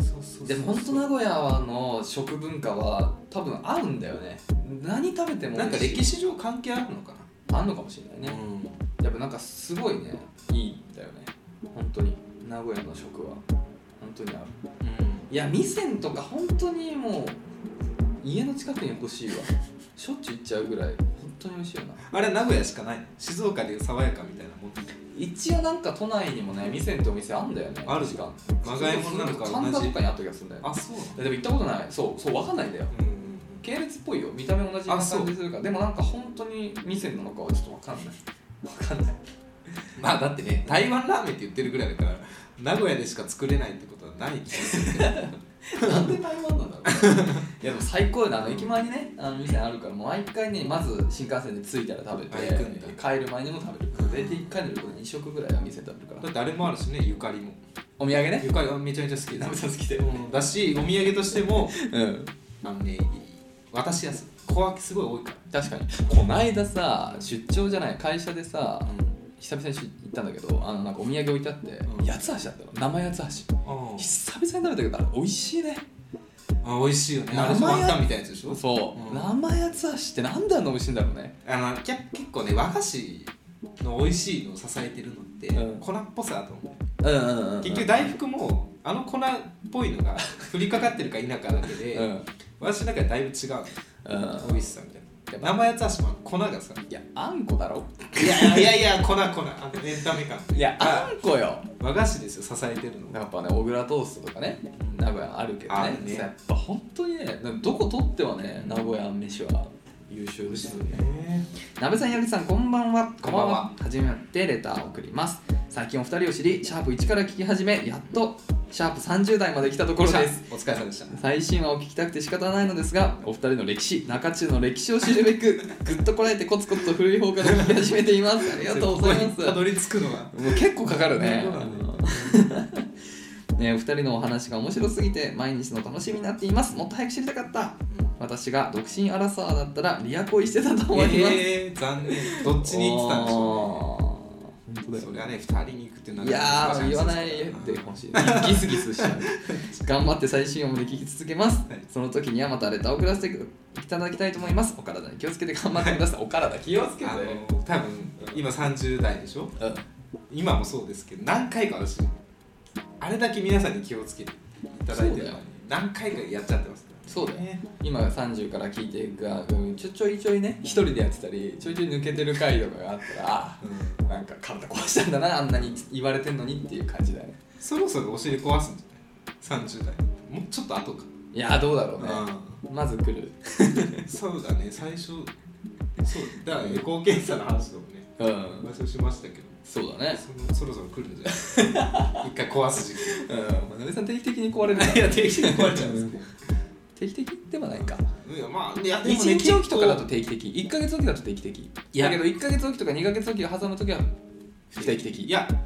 [SPEAKER 1] そうそうそう
[SPEAKER 2] でも本当名古屋の食文化は多分合うんだよね何食べても
[SPEAKER 1] なんか
[SPEAKER 2] 美味しい
[SPEAKER 1] 歴史上関係あるのか
[SPEAKER 2] あんのかもしれ
[SPEAKER 1] な。
[SPEAKER 2] ないね、
[SPEAKER 1] うん
[SPEAKER 2] やっぱなんかすごいねいいんだよね本当に名古屋の食は本当に合ういや店とか本当にもう家の近くに欲しいわしょっちゅう行っちゃうぐらい本当に美味しいよな
[SPEAKER 1] あれ名古屋しかないの静岡でいう爽やかみたいなもん
[SPEAKER 2] 一応なんか都内にもね店ってお店あんだよね
[SPEAKER 1] ある
[SPEAKER 2] 時間
[SPEAKER 1] まがいものなんか同じ
[SPEAKER 2] 神田とかにあった気がするんだよね
[SPEAKER 1] あそうなの
[SPEAKER 2] でも行ったことないそうそうわかんないんだよ
[SPEAKER 1] うんうん
[SPEAKER 2] 系列っぽいよ見た目同じな
[SPEAKER 1] あそう
[SPEAKER 2] 感じするからでもなんか本当に店なのかはちょっとわかんないわかんない
[SPEAKER 1] うんまあだってね台湾ラーメンって言ってるぐらいだから名古屋でしか作れないってことはない気がするけど
[SPEAKER 2] なんで台湾なんだろう いやでも最高よねあの駅前にねあの店あるからもう毎回ねまず新幹線で着いたら食べて
[SPEAKER 1] あ行くんだ
[SPEAKER 2] 帰る前にも食べる大体帰ると2食ぐらいは店食べるから
[SPEAKER 1] だってあれもあるしねゆかりも
[SPEAKER 2] お土産ね
[SPEAKER 1] ゆかりはめちゃめちゃ好きだ
[SPEAKER 2] めちゃ好きで
[SPEAKER 1] うんだしお土産としても
[SPEAKER 2] うん
[SPEAKER 1] あのね私は小分けすごい多いか
[SPEAKER 2] 確かにこないださ出張じゃない会社でさ
[SPEAKER 1] ら、
[SPEAKER 2] 久々に行ったんだけどあのなんかお土産置いてあって、
[SPEAKER 1] うん
[SPEAKER 2] 八つ橋だったの生八つ橋
[SPEAKER 1] あ
[SPEAKER 2] 久々に食べたけどあれ美味しいね
[SPEAKER 1] あ美味しいよね
[SPEAKER 2] 名前
[SPEAKER 1] あれワンタンみたいなやつでしょ
[SPEAKER 2] そう、
[SPEAKER 1] うん
[SPEAKER 2] 生八つ橋ってなんであんな美味しいんだろうね
[SPEAKER 1] あのきゃ結構ね和菓子の美味しいのを支えてるのって
[SPEAKER 2] うん
[SPEAKER 1] 粉っぽさだと思
[SPEAKER 2] うんうんうんう
[SPEAKER 1] うん結局大福もあの粉っぽいの が振りかかってるか否かだけで、
[SPEAKER 2] うんうん
[SPEAKER 1] 私の中でだいぶ違うの美味しさみたいな生八橋も粉がさ
[SPEAKER 2] いやあんこだろ
[SPEAKER 1] いやいやいや粉粉あのエンタメ感
[SPEAKER 2] いやあんこよ
[SPEAKER 1] 和菓子ですよ支えてるの
[SPEAKER 2] やっぱね小倉トーストとかね名古屋あるけど
[SPEAKER 1] あ
[SPEAKER 2] ね
[SPEAKER 1] るね
[SPEAKER 2] やっぱ本当にねどこ取ってはね名古屋飯は優秀ですよね鍋さん、矢口さん、こんばんは。
[SPEAKER 1] こんばんは
[SPEAKER 2] はじめてレターを送ります。最近お二人を知り、シャープ1から聞き始め、やっとシャープ30代まで来たところです。
[SPEAKER 1] お疲れ様でした
[SPEAKER 2] 最新話を聞きたくて仕方ないのですが、お二人の歴史、中中の歴史を知るべく、ぐっとこらえてコツコツと古い方から聞き始めています。ありがとうございます。
[SPEAKER 1] たどり着くのは
[SPEAKER 2] もう結構かかるね
[SPEAKER 1] そうだね。
[SPEAKER 2] ねお二人のお話が面白すぎて毎日の楽しみになっています。もっと早く知りたかった。私が独身アラサーだったらリア恋してたと思います。
[SPEAKER 1] えー、残念どっちに行ってたんでしょ
[SPEAKER 2] うね
[SPEAKER 1] うねそれはね2人に行くっていうの
[SPEAKER 2] いやー言わない
[SPEAKER 1] で
[SPEAKER 2] で ほしいギスギスしちゃう頑張って最新音まで聞き続けます、
[SPEAKER 1] はい
[SPEAKER 2] その時にはまたレターを送らせていただきたいと思いますお体に気をつけて頑張ってくださいお体気をつけて
[SPEAKER 1] あの多分今30代でしょ
[SPEAKER 2] うん
[SPEAKER 1] 今もそうですけど何回か私あれだけ皆さんに気をつけていただいてるのに
[SPEAKER 2] そうだよ
[SPEAKER 1] 何回かやっちゃってます
[SPEAKER 2] そうだよ
[SPEAKER 1] ね
[SPEAKER 2] 今30から聞いていくがうんちょちょいちょいね一人でやってたりちょいちょい抜けてる回とかがあったらあ
[SPEAKER 1] うん
[SPEAKER 2] ーなんか体壊したんだなあんなに言われてんのにっていう感じだよね
[SPEAKER 1] そろそろお尻壊すんじゃない30代もうちょっと後か、
[SPEAKER 2] いやーどうだろうね
[SPEAKER 1] う
[SPEAKER 2] まず来る
[SPEAKER 1] ん、そうだね最初そうだからエコー検査の話とかね
[SPEAKER 2] うん
[SPEAKER 1] 話をしましたけど
[SPEAKER 2] そうだね
[SPEAKER 1] そのそろそろ来るんじゃ ない一回壊す時期
[SPEAKER 2] うんなべさん定期的に壊れるから
[SPEAKER 1] いや定期的に壊れちゃうんですけ
[SPEAKER 2] 定期的ではないか
[SPEAKER 1] どいやまあいやで
[SPEAKER 2] 1
[SPEAKER 1] もね
[SPEAKER 2] 日おきとかだと
[SPEAKER 1] 結
[SPEAKER 2] 定期的1か月おきだと定期的
[SPEAKER 1] いや
[SPEAKER 2] だけど1か月おきとか2か月おきを挟むときは不定期的
[SPEAKER 1] 構いや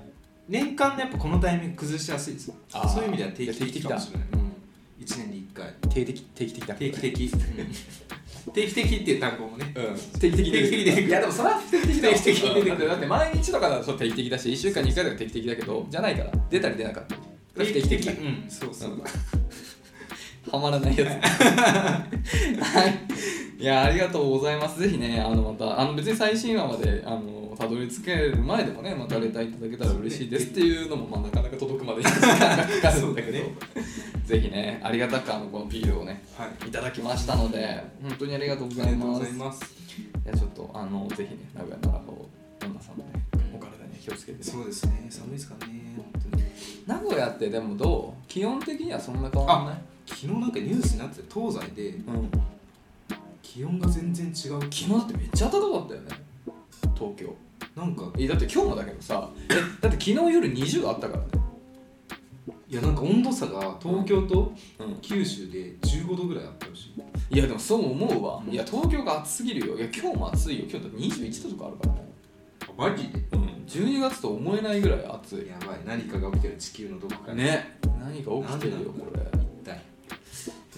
[SPEAKER 1] 年間でやっぱこのタイミング崩しやすいですよ
[SPEAKER 2] あー
[SPEAKER 1] そういう意味では定期的かもしれない、
[SPEAKER 2] 定期的だ
[SPEAKER 1] うん、1年に1回
[SPEAKER 2] 定期的定期的だ
[SPEAKER 1] 定期的うん定期的っていう単語もね
[SPEAKER 2] うん定期的
[SPEAKER 1] 定期的
[SPEAKER 2] いやでもそれは不定期だよ
[SPEAKER 1] 定期的に出てくる
[SPEAKER 2] うんだってだって毎日とかだと定期的だし1週間に1回とか定期的だけどじゃないから出たり出なかったり不定期的だ
[SPEAKER 1] うんそうそう
[SPEAKER 2] はまらないやつ はいいやありがとうございますぜひねあのまたあの別に最新話まであのたどり着ける前でもねまたレターいただけたら嬉しいですっていうのも、まあ、なかなか届くまでに時 間がかかるんだけど
[SPEAKER 1] そう
[SPEAKER 2] ぜひねありがたくあのこのビールをね
[SPEAKER 1] はい
[SPEAKER 2] いただきましたので本当にありがとうご
[SPEAKER 1] あ
[SPEAKER 2] ざ
[SPEAKER 1] り
[SPEAKER 2] い
[SPEAKER 1] がとう
[SPEAKER 2] ま
[SPEAKER 1] ご
[SPEAKER 2] す
[SPEAKER 1] ざいます
[SPEAKER 2] いやちょっとあのぜひね名古屋のラボ女さんもねお体に気をつけてね
[SPEAKER 1] そうですね寒いですからね本当に
[SPEAKER 2] 名古屋ってでもどう気温的にはそんな変わんない
[SPEAKER 1] 昨日なんかニュースになってた東西で
[SPEAKER 2] うん
[SPEAKER 1] 気温が全然違う昨
[SPEAKER 2] 昨日だってめっちゃ暖かかったよね東京
[SPEAKER 1] なんか
[SPEAKER 2] えだって今日もだけどさえだって昨日夜20度あったからね
[SPEAKER 1] いやなんか温度差が東京と
[SPEAKER 2] うん
[SPEAKER 1] 九州で15度ぐらいあったらしい
[SPEAKER 2] いやでもそう思うわいや東京が暑すぎるよいや今日も暑いよ今日だって21度とかあるからね
[SPEAKER 1] あマジで
[SPEAKER 2] うん12月と思えないぐらい暑い
[SPEAKER 1] やばい何かが起きてる地球のどこかに
[SPEAKER 2] ね何が起きてるよ
[SPEAKER 1] なん
[SPEAKER 2] こ
[SPEAKER 1] なん
[SPEAKER 2] れ、
[SPEAKER 1] 一体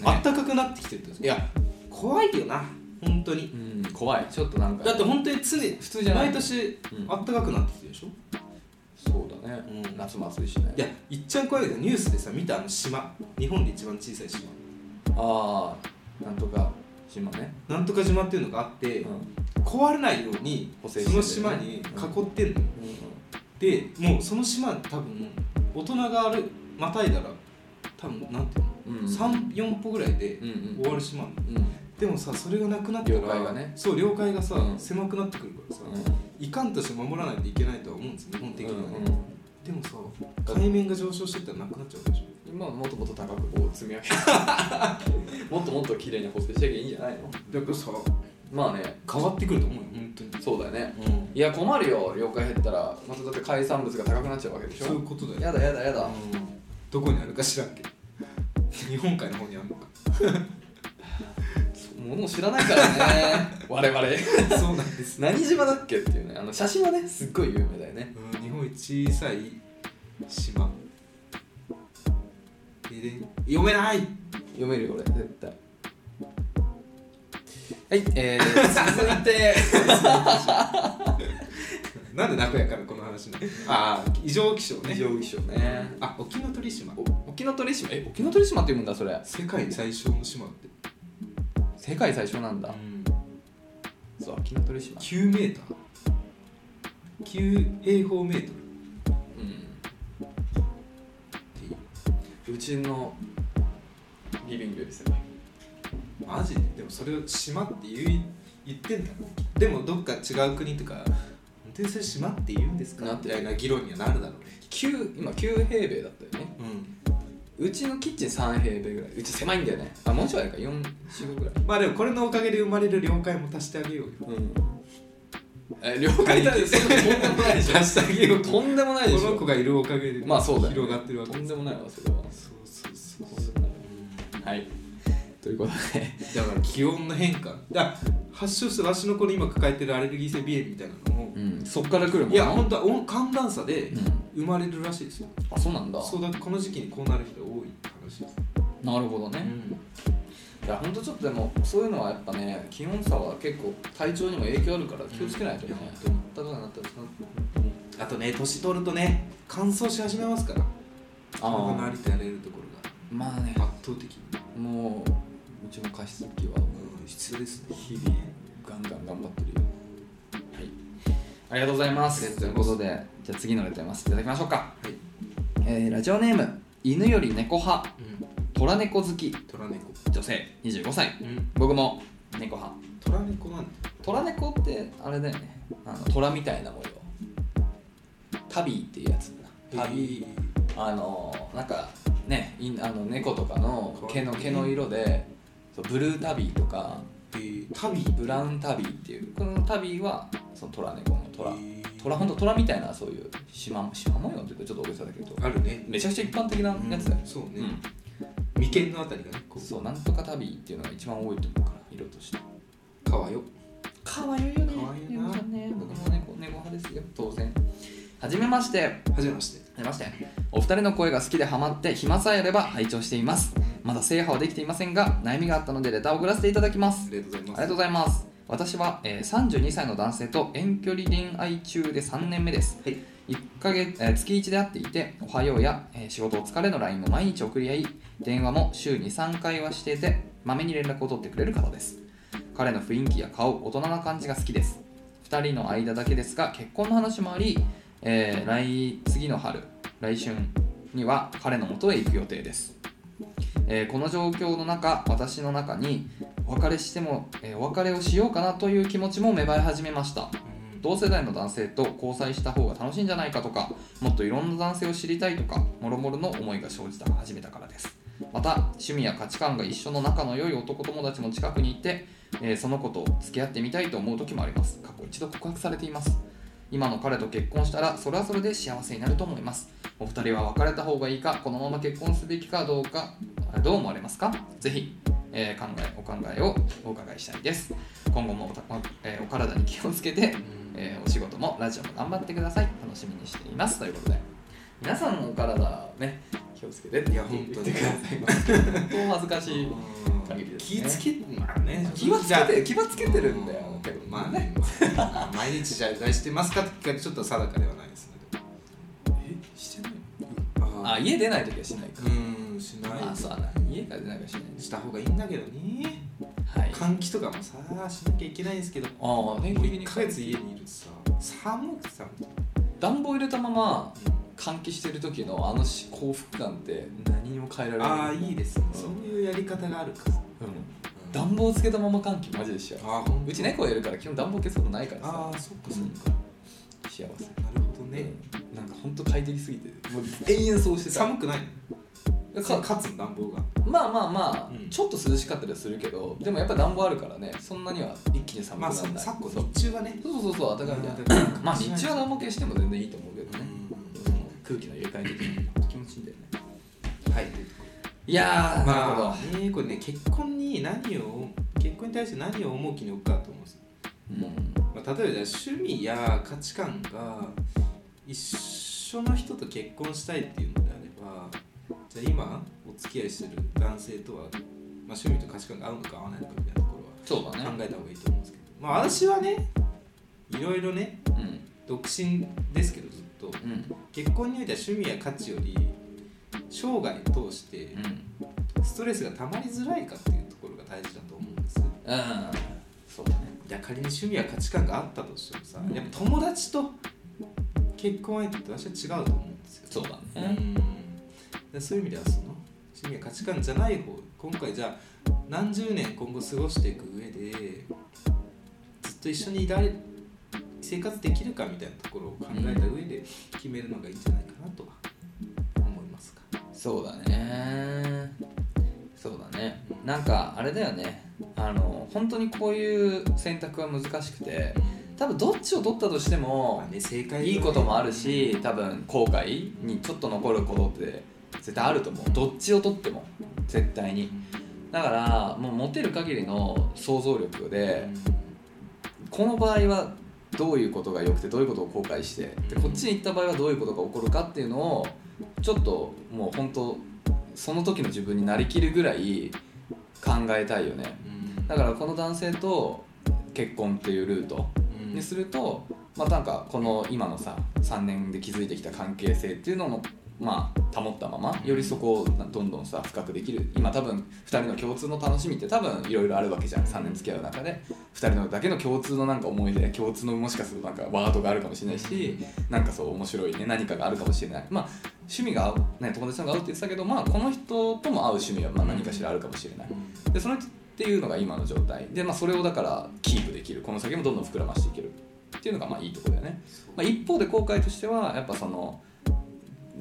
[SPEAKER 1] あったかくなってきてるってこと
[SPEAKER 2] いや
[SPEAKER 1] 怖いよな本当に
[SPEAKER 2] うん怖いちょっとなんか
[SPEAKER 1] だって本当に常に
[SPEAKER 2] 普通じゃない
[SPEAKER 1] 毎年
[SPEAKER 2] うん
[SPEAKER 1] あったかくなってきてるでしょ
[SPEAKER 2] そうだね、
[SPEAKER 1] うん
[SPEAKER 2] 夏も暑いしね
[SPEAKER 1] いやいっちゃん怖いけどニュースでさ見たあの島日本で一番小さい島
[SPEAKER 2] ああなんとか島ね、
[SPEAKER 1] なんとか島っていうのがあって、
[SPEAKER 2] うん
[SPEAKER 1] 壊れないように
[SPEAKER 2] 補
[SPEAKER 1] そ
[SPEAKER 2] 正してんだよね
[SPEAKER 1] の島に囲ってんの、でもうその島多分大人があるまたいだら多分なんていう
[SPEAKER 2] うんうん
[SPEAKER 1] の、三四34歩ぐらいで
[SPEAKER 2] うんうん
[SPEAKER 1] 終わる島なの
[SPEAKER 2] うん、うん
[SPEAKER 1] でもさそれがなくなったら
[SPEAKER 2] 領海がね
[SPEAKER 1] そう領海がさ、
[SPEAKER 2] うん
[SPEAKER 1] 狭くなってくるからさ、いかんとして守らないといけないとは思うんですよ日本的にはね、
[SPEAKER 2] うんうん
[SPEAKER 1] でもさ海面が上昇してったらなくなっちゃうでしょ
[SPEAKER 2] 今はもっともっと高くこう積み上げてもっともっと綺麗に補正していけばいいんじゃないの
[SPEAKER 1] だからさ
[SPEAKER 2] まあね
[SPEAKER 1] 変わってくると思うよ本当に、
[SPEAKER 2] そうだよね
[SPEAKER 1] うん、
[SPEAKER 2] いや困るよ了解減ったらまただって海産物が高くなっちゃうわけでし
[SPEAKER 1] そういう
[SPEAKER 2] ょ
[SPEAKER 1] ことだよ
[SPEAKER 2] やだやだやだ
[SPEAKER 1] うんどこにあるか知らんけど日本海の方にあるの か
[SPEAKER 2] 物を知らな いからね我々
[SPEAKER 1] そうなんです、
[SPEAKER 2] 何島だっけっていうねあの写真はねすっごい有名だよね
[SPEAKER 1] うん、日本一小さい島でで読めない
[SPEAKER 2] 読めるよ俺絶対はいえー、続いて
[SPEAKER 1] なんで名古屋からこの話になるああ異常気象ね
[SPEAKER 2] 異常気象ね
[SPEAKER 1] あ沖ノ鳥島
[SPEAKER 2] お沖ノ鳥島え沖ノ鳥島って読むんだそれ
[SPEAKER 1] 世界最小の島って、
[SPEAKER 2] 世界最初なんだそう沖ノ鳥島
[SPEAKER 1] 9メーター9平方メートルって
[SPEAKER 2] うんうちのリビングより狭い
[SPEAKER 1] マジででもそれを島って言う言ってんだろうでもどっか違う国とか本当にそれ島って言うんですか
[SPEAKER 2] なっ
[SPEAKER 1] み
[SPEAKER 2] て
[SPEAKER 1] たいな議論にはなるだろうね
[SPEAKER 2] 9今9平米だったよね
[SPEAKER 1] う
[SPEAKER 2] うちのキッチン3平米ぐらいうち狭いんだよねあもうちょいあるか45ぐらい
[SPEAKER 1] んまあでもこれのおかげで生まれる了解も足してあげようよ
[SPEAKER 2] うんえ了解だよそれ とんでもないでし
[SPEAKER 1] 足してあげよう
[SPEAKER 2] ょ とんでもないで
[SPEAKER 1] こ
[SPEAKER 2] し
[SPEAKER 1] の子
[SPEAKER 2] ょ
[SPEAKER 1] がいるおかげで、
[SPEAKER 2] まあそうだよね
[SPEAKER 1] 広がってるわけ
[SPEAKER 2] とん
[SPEAKER 1] です
[SPEAKER 2] でもないわそれは
[SPEAKER 1] そうそうそう
[SPEAKER 2] とんでもないはいということで
[SPEAKER 1] だから気温の変化だ発症したわしの子の今抱えてるアレルギー性鼻炎みたいなのも、
[SPEAKER 2] うんそっから来るもんない
[SPEAKER 1] や本当は温寒暖差で
[SPEAKER 2] うん
[SPEAKER 1] 生まれるらしいですよ、
[SPEAKER 2] あそうなんだ
[SPEAKER 1] そうだこの時期にこうなる人が多いって話です、
[SPEAKER 2] なるほどねいやほんとちょっとでもそういうのはやっぱね気温差は結構体調にも影響あるから気をつけないとね
[SPEAKER 1] うん
[SPEAKER 2] 暖かくなった
[SPEAKER 1] あ
[SPEAKER 2] ら
[SPEAKER 1] とね年取るとね乾燥し始めますから体のありとやれるところ
[SPEAKER 2] まあね
[SPEAKER 1] が圧倒的に、
[SPEAKER 2] もううちの加湿器は
[SPEAKER 1] うん、必要ですね
[SPEAKER 2] 日々ガンガン頑張ってるよはいありがとうございます
[SPEAKER 1] ありが
[SPEAKER 2] と
[SPEAKER 1] と
[SPEAKER 2] いううこ
[SPEAKER 1] ご
[SPEAKER 2] とでじゃあ次のレター読ませていただきましょうか、
[SPEAKER 1] はい、
[SPEAKER 2] えーラジオネーム犬より猫派
[SPEAKER 1] うん、
[SPEAKER 2] 虎猫好き
[SPEAKER 1] 虎猫
[SPEAKER 2] 女性25歳
[SPEAKER 1] うん
[SPEAKER 2] 僕も猫派
[SPEAKER 1] 虎猫なんだ
[SPEAKER 2] 虎猫ってあれだよねあの虎みたいな模様タビーっていうやつだなタビーあのなんかねいあの猫とかの毛の毛の色でそうブルータビーとか
[SPEAKER 1] えー、タビ
[SPEAKER 2] ブラウンタビーっていうこのタビーはその虎猫の虎虎ほんと虎みたいなそういう縞縞模様っていうとちょっと大げさだけど
[SPEAKER 1] あるね
[SPEAKER 2] めちゃくちゃ一般的なやつだよ、
[SPEAKER 1] うんそうね、
[SPEAKER 2] うん
[SPEAKER 1] 眉間のあたりがねこ
[SPEAKER 2] そうなんとかタビーっていうのが一番多いと思うから色として
[SPEAKER 1] うかわよ
[SPEAKER 2] かわいいよね
[SPEAKER 1] 可愛いな
[SPEAKER 2] 猫ちゃんね僕も猫猫派ですよ当然はじめまして
[SPEAKER 1] はじめまして
[SPEAKER 2] 出ましたよお二人の声が好きでハマって暇さえあれば拝聴していますまだ制覇はできていませんが悩みがあったのでレターを送らせていただきま
[SPEAKER 1] あ
[SPEAKER 2] す
[SPEAKER 1] りがとうございま
[SPEAKER 2] ありがとうございます私は、えー32歳の男性と遠距離恋愛中で3年目です、
[SPEAKER 1] はい
[SPEAKER 2] 1ヶ月えー月1で会っていて「おはようや」えー仕事お疲れ」の LINE を毎日送り合い電話も週23回はしていてまめに連絡を取ってくれる方です彼の雰囲気や顔大人な感じが好きです2人の間だけですが結婚の話もあり、えー来次の春来春には彼の元へ行く予定です、えーこの状況の中私の中にお別れしても、えーお別れをしようかなという気持ちも芽生え始めました
[SPEAKER 1] うん
[SPEAKER 2] 同世代の男性と交際した方が楽しいんじゃないかとかもっといろんな男性を知りたいとかもろもろの思いが生じた始めたからですまた趣味や価値観が一緒の仲の良い男友達も近くにいて、えーその子と付き合ってみたいと思う時もあります過去一度告白されています今の彼と結婚したらそれはそれで幸せになると思いますお二人は別れた方がいいかこのまま結婚すべきかどうかあどう思われますかぜひ、えー考えお考えをお伺いしたいです今後もおたお,、えーお体に気をつけて
[SPEAKER 1] うん
[SPEAKER 2] えーお仕事もラジオも頑張ってください楽しみにしていますということで皆さんもお体ね気をつけてって
[SPEAKER 1] いや
[SPEAKER 2] 言って
[SPEAKER 1] 本当
[SPEAKER 2] く
[SPEAKER 1] に
[SPEAKER 2] ださいます本当恥ずかしい 限りですね
[SPEAKER 1] 気つけまあね
[SPEAKER 2] 気はつけて気はつ
[SPEAKER 1] つ
[SPEAKER 2] けてるんだよけど
[SPEAKER 1] まあね まあ毎日じゃあしてますかって聞かれてちょっと定かではないですけど
[SPEAKER 2] えしてない
[SPEAKER 1] あ
[SPEAKER 2] あ家出ない時はしないか
[SPEAKER 1] うんしない
[SPEAKER 2] あそうだな家から出ないかしないで
[SPEAKER 1] した方がいいんだけどね
[SPEAKER 2] はい
[SPEAKER 1] 換気とかもさしなきゃいけないんですけども
[SPEAKER 2] ああ
[SPEAKER 1] う
[SPEAKER 2] 天気的
[SPEAKER 1] 1
[SPEAKER 2] に
[SPEAKER 1] ヶ月家にいるとさ寒くてさ
[SPEAKER 2] 暖房入れたまま換気してる時のあのし幸福感って何にも変えられない
[SPEAKER 1] ああいいですね
[SPEAKER 2] うん
[SPEAKER 1] そういうやり方があるから
[SPEAKER 2] う
[SPEAKER 1] う
[SPEAKER 2] ん
[SPEAKER 1] ん
[SPEAKER 2] 暖房つけたまま換気マジでしよ
[SPEAKER 1] あーほん
[SPEAKER 2] うち猫いるから基本暖房消すことないからさ
[SPEAKER 1] ああそっかそっか
[SPEAKER 2] 幸せ
[SPEAKER 1] なるほどね
[SPEAKER 2] ね、なんか本当快適すぎてもう延々そうしてた
[SPEAKER 1] 寒くないの
[SPEAKER 2] か
[SPEAKER 1] 勝つの暖房が
[SPEAKER 2] まあまあまあ、
[SPEAKER 1] うん
[SPEAKER 2] ちょっと涼しかったりはするけどでもやっぱ暖房あるからねそんなには一気に寒
[SPEAKER 1] ま
[SPEAKER 2] くな
[SPEAKER 1] あ
[SPEAKER 2] らな
[SPEAKER 1] そ
[SPEAKER 2] い、
[SPEAKER 1] 昨
[SPEAKER 2] そう
[SPEAKER 1] 今日中はね
[SPEAKER 2] そうそうそう暖かいじゃん
[SPEAKER 1] うん
[SPEAKER 2] まあ日中は暖房消しても全然いいと思うけどね、
[SPEAKER 1] うん
[SPEAKER 2] その空気の入れ替え的に気持ちいいんだよね
[SPEAKER 1] はい
[SPEAKER 2] いやー、なるほど
[SPEAKER 1] まあ、ね、これね結婚に何を結婚に対して何を重きに置くかと思うんですよ、
[SPEAKER 2] うん
[SPEAKER 1] まあ、例えばじゃあ趣味や価値観が一緒の人と結婚したいっていうのであればじゃあ今お付き合いしてる男性とは、まあ、趣味と価値観が合うのか合わないのかみたいなところは
[SPEAKER 2] そうだ
[SPEAKER 1] 考
[SPEAKER 2] ね
[SPEAKER 1] えた方がいいと思うんですけど、まあ、私はねいろいろね
[SPEAKER 2] うん
[SPEAKER 1] 独身ですけどずっと
[SPEAKER 2] うん
[SPEAKER 1] 結婚においては趣味や価値より生涯通して
[SPEAKER 2] うん
[SPEAKER 1] ストレスが溜まりづらいかっていうところが大事だと思うんです
[SPEAKER 2] うんそうだね
[SPEAKER 1] いや仮に趣味や価値観があったとしてもさ、
[SPEAKER 2] うん
[SPEAKER 1] やっぱ友達と結婚相手って私は違うと思うんですよ
[SPEAKER 2] そうだ
[SPEAKER 1] う
[SPEAKER 2] ね
[SPEAKER 1] んでそういう意味ではそのシニア価値観じゃない方今回じゃあ何十年今後過ごしていく上でずっと一緒にいられ生活できるかみたいなところを考えた上で決めるのがいいんじゃないかなとは思いますか
[SPEAKER 2] そうだねそうだねなんかあれだよねあの本当にこういう選択は難しくて多分どっちを取ったとしても
[SPEAKER 1] まあね正解はね
[SPEAKER 2] いいこともあるし多分後悔にちょっと残ることって絶対あると思うどっちを取っても絶対にだからもう持てる限りの想像力でこの場合はどういうことが良くてどういうことを後悔してでこっちに行った場合はどういうことが起こるかっていうのをちょっともう本当その時の自分になりきるぐらい考えたいよね
[SPEAKER 1] うん
[SPEAKER 2] だからこの男性と結婚っていうルート
[SPEAKER 1] うん
[SPEAKER 2] にするとまあなんかこの今のさ3年で築いてきた関係性っていうのもまあ保ったままよりそこをどんどんさ深くできる今多分2人の共通の楽しみって多分いろいろあるわけじゃん3年付き合う中で2人のだけの共通のなんか思い出共通のもしかするとなんかワードがあるかもしれないしなんかそう面白いね何かがあるかもしれないまあ趣味が合う、ね、友達の方が合うって言ってたけどまあこの人とも合う趣味はまあ何かしらあるかもしれないでその人っていうのが今の状態で、まあ、それをだからキープできるこの先もどんどん膨らましていけるっていうのがまあいいところだよね、まあ、一方で後悔としてはやっぱその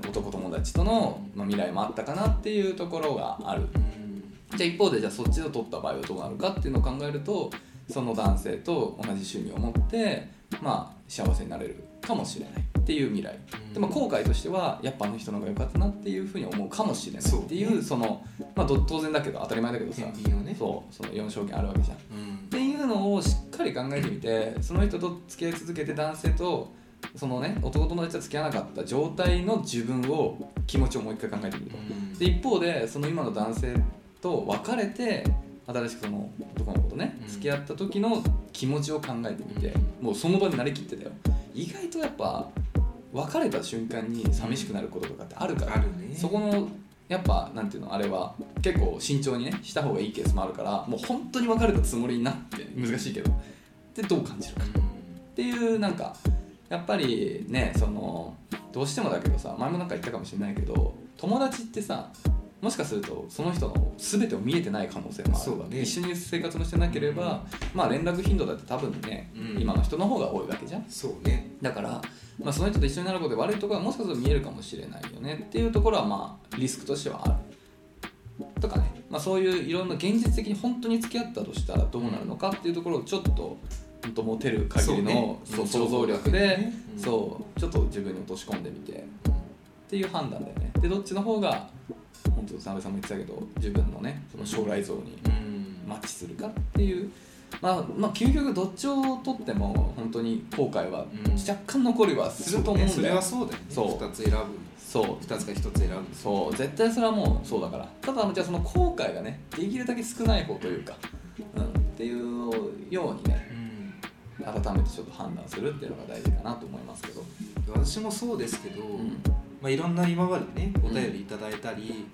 [SPEAKER 2] 男友達とのまあ未来もあったかなっていうところがある
[SPEAKER 1] うん
[SPEAKER 2] じゃあ一方でじゃあそっちを取った場合はどうなるかっていうのを考えるとその男性と同じ収入を持ってまあ幸せになれるかもしれないっていう未来でも後悔としてはやっぱあの人の方が良かったなっていうふうに思うかもしれないっていうその、まあ、ど当然だけど当たり前だけどさ
[SPEAKER 1] 天秤をね
[SPEAKER 2] そうその4証券あるわけじゃんっ
[SPEAKER 1] うん
[SPEAKER 2] ていうのをしっかり考えてみてその人と付き合い続けて男性とそのね男友達と付き合わなかった状態の自分を気持ちをもう一回考えてみるとで一方でその今の男性と別れて新しくその男の子とね
[SPEAKER 1] うん
[SPEAKER 2] 付き合った時の気持ちを考えてみてもうその場になりきってたよ意外とやっぱ別れた瞬間に寂しくなることとかってあるから
[SPEAKER 1] あるね
[SPEAKER 2] そこのやっぱなんていうのあれは結構慎重にねした方がいいケースもあるからもう本当に別れたつもりになって難しいけどでどう感じるかっていうなんかやっぱりねそのどうしてもだけどさ前もなんか言ったかもしれないけど友達ってさもしかするとその人の全てを見えてない可能性もある
[SPEAKER 1] そうだね
[SPEAKER 2] 一緒に生活もしてなければ、まあ連絡頻度だって多分ね、
[SPEAKER 1] うん
[SPEAKER 2] 今の人の方が多いわけじゃん
[SPEAKER 1] そうね
[SPEAKER 2] だから、まあ、その人と一緒になることで悪いところはもしかすると見えるかもしれないよねっていうところはまあリスクとしてはあるとかね、まあ、そういういろんな現実的に本当に付き合ったとしたらどうなるのかっていうところをちょっと本当持てる限りの
[SPEAKER 1] そうね
[SPEAKER 2] そう想像力で、
[SPEAKER 1] ねうん
[SPEAKER 2] そうちょっと自分に落とし込んでみてっていう判断だよねでどっちの方が本当澤部さんも言ってたけど自分のねその将来像に
[SPEAKER 1] うん
[SPEAKER 2] マッチするかっていうまあまあ究極どっちを取っても本当に後悔は
[SPEAKER 1] うん
[SPEAKER 2] 若干残りはすると思うん
[SPEAKER 1] そ
[SPEAKER 2] だ
[SPEAKER 1] れ
[SPEAKER 2] よ、
[SPEAKER 1] はそうだよね
[SPEAKER 2] そう
[SPEAKER 1] 2つ選ぶ
[SPEAKER 2] そう
[SPEAKER 1] 2つか1つ選ぶ
[SPEAKER 2] そう絶対それはもうそうだからただじゃあその後悔がねできるだけ少ない方というか、うん、っていうようにね改めてちょっと判断するっていうのが大事かなと思いますけど、
[SPEAKER 1] 私もそうですけど、
[SPEAKER 2] うん
[SPEAKER 1] まあ、いろんな今までね
[SPEAKER 2] うん
[SPEAKER 1] お便りいただいたり、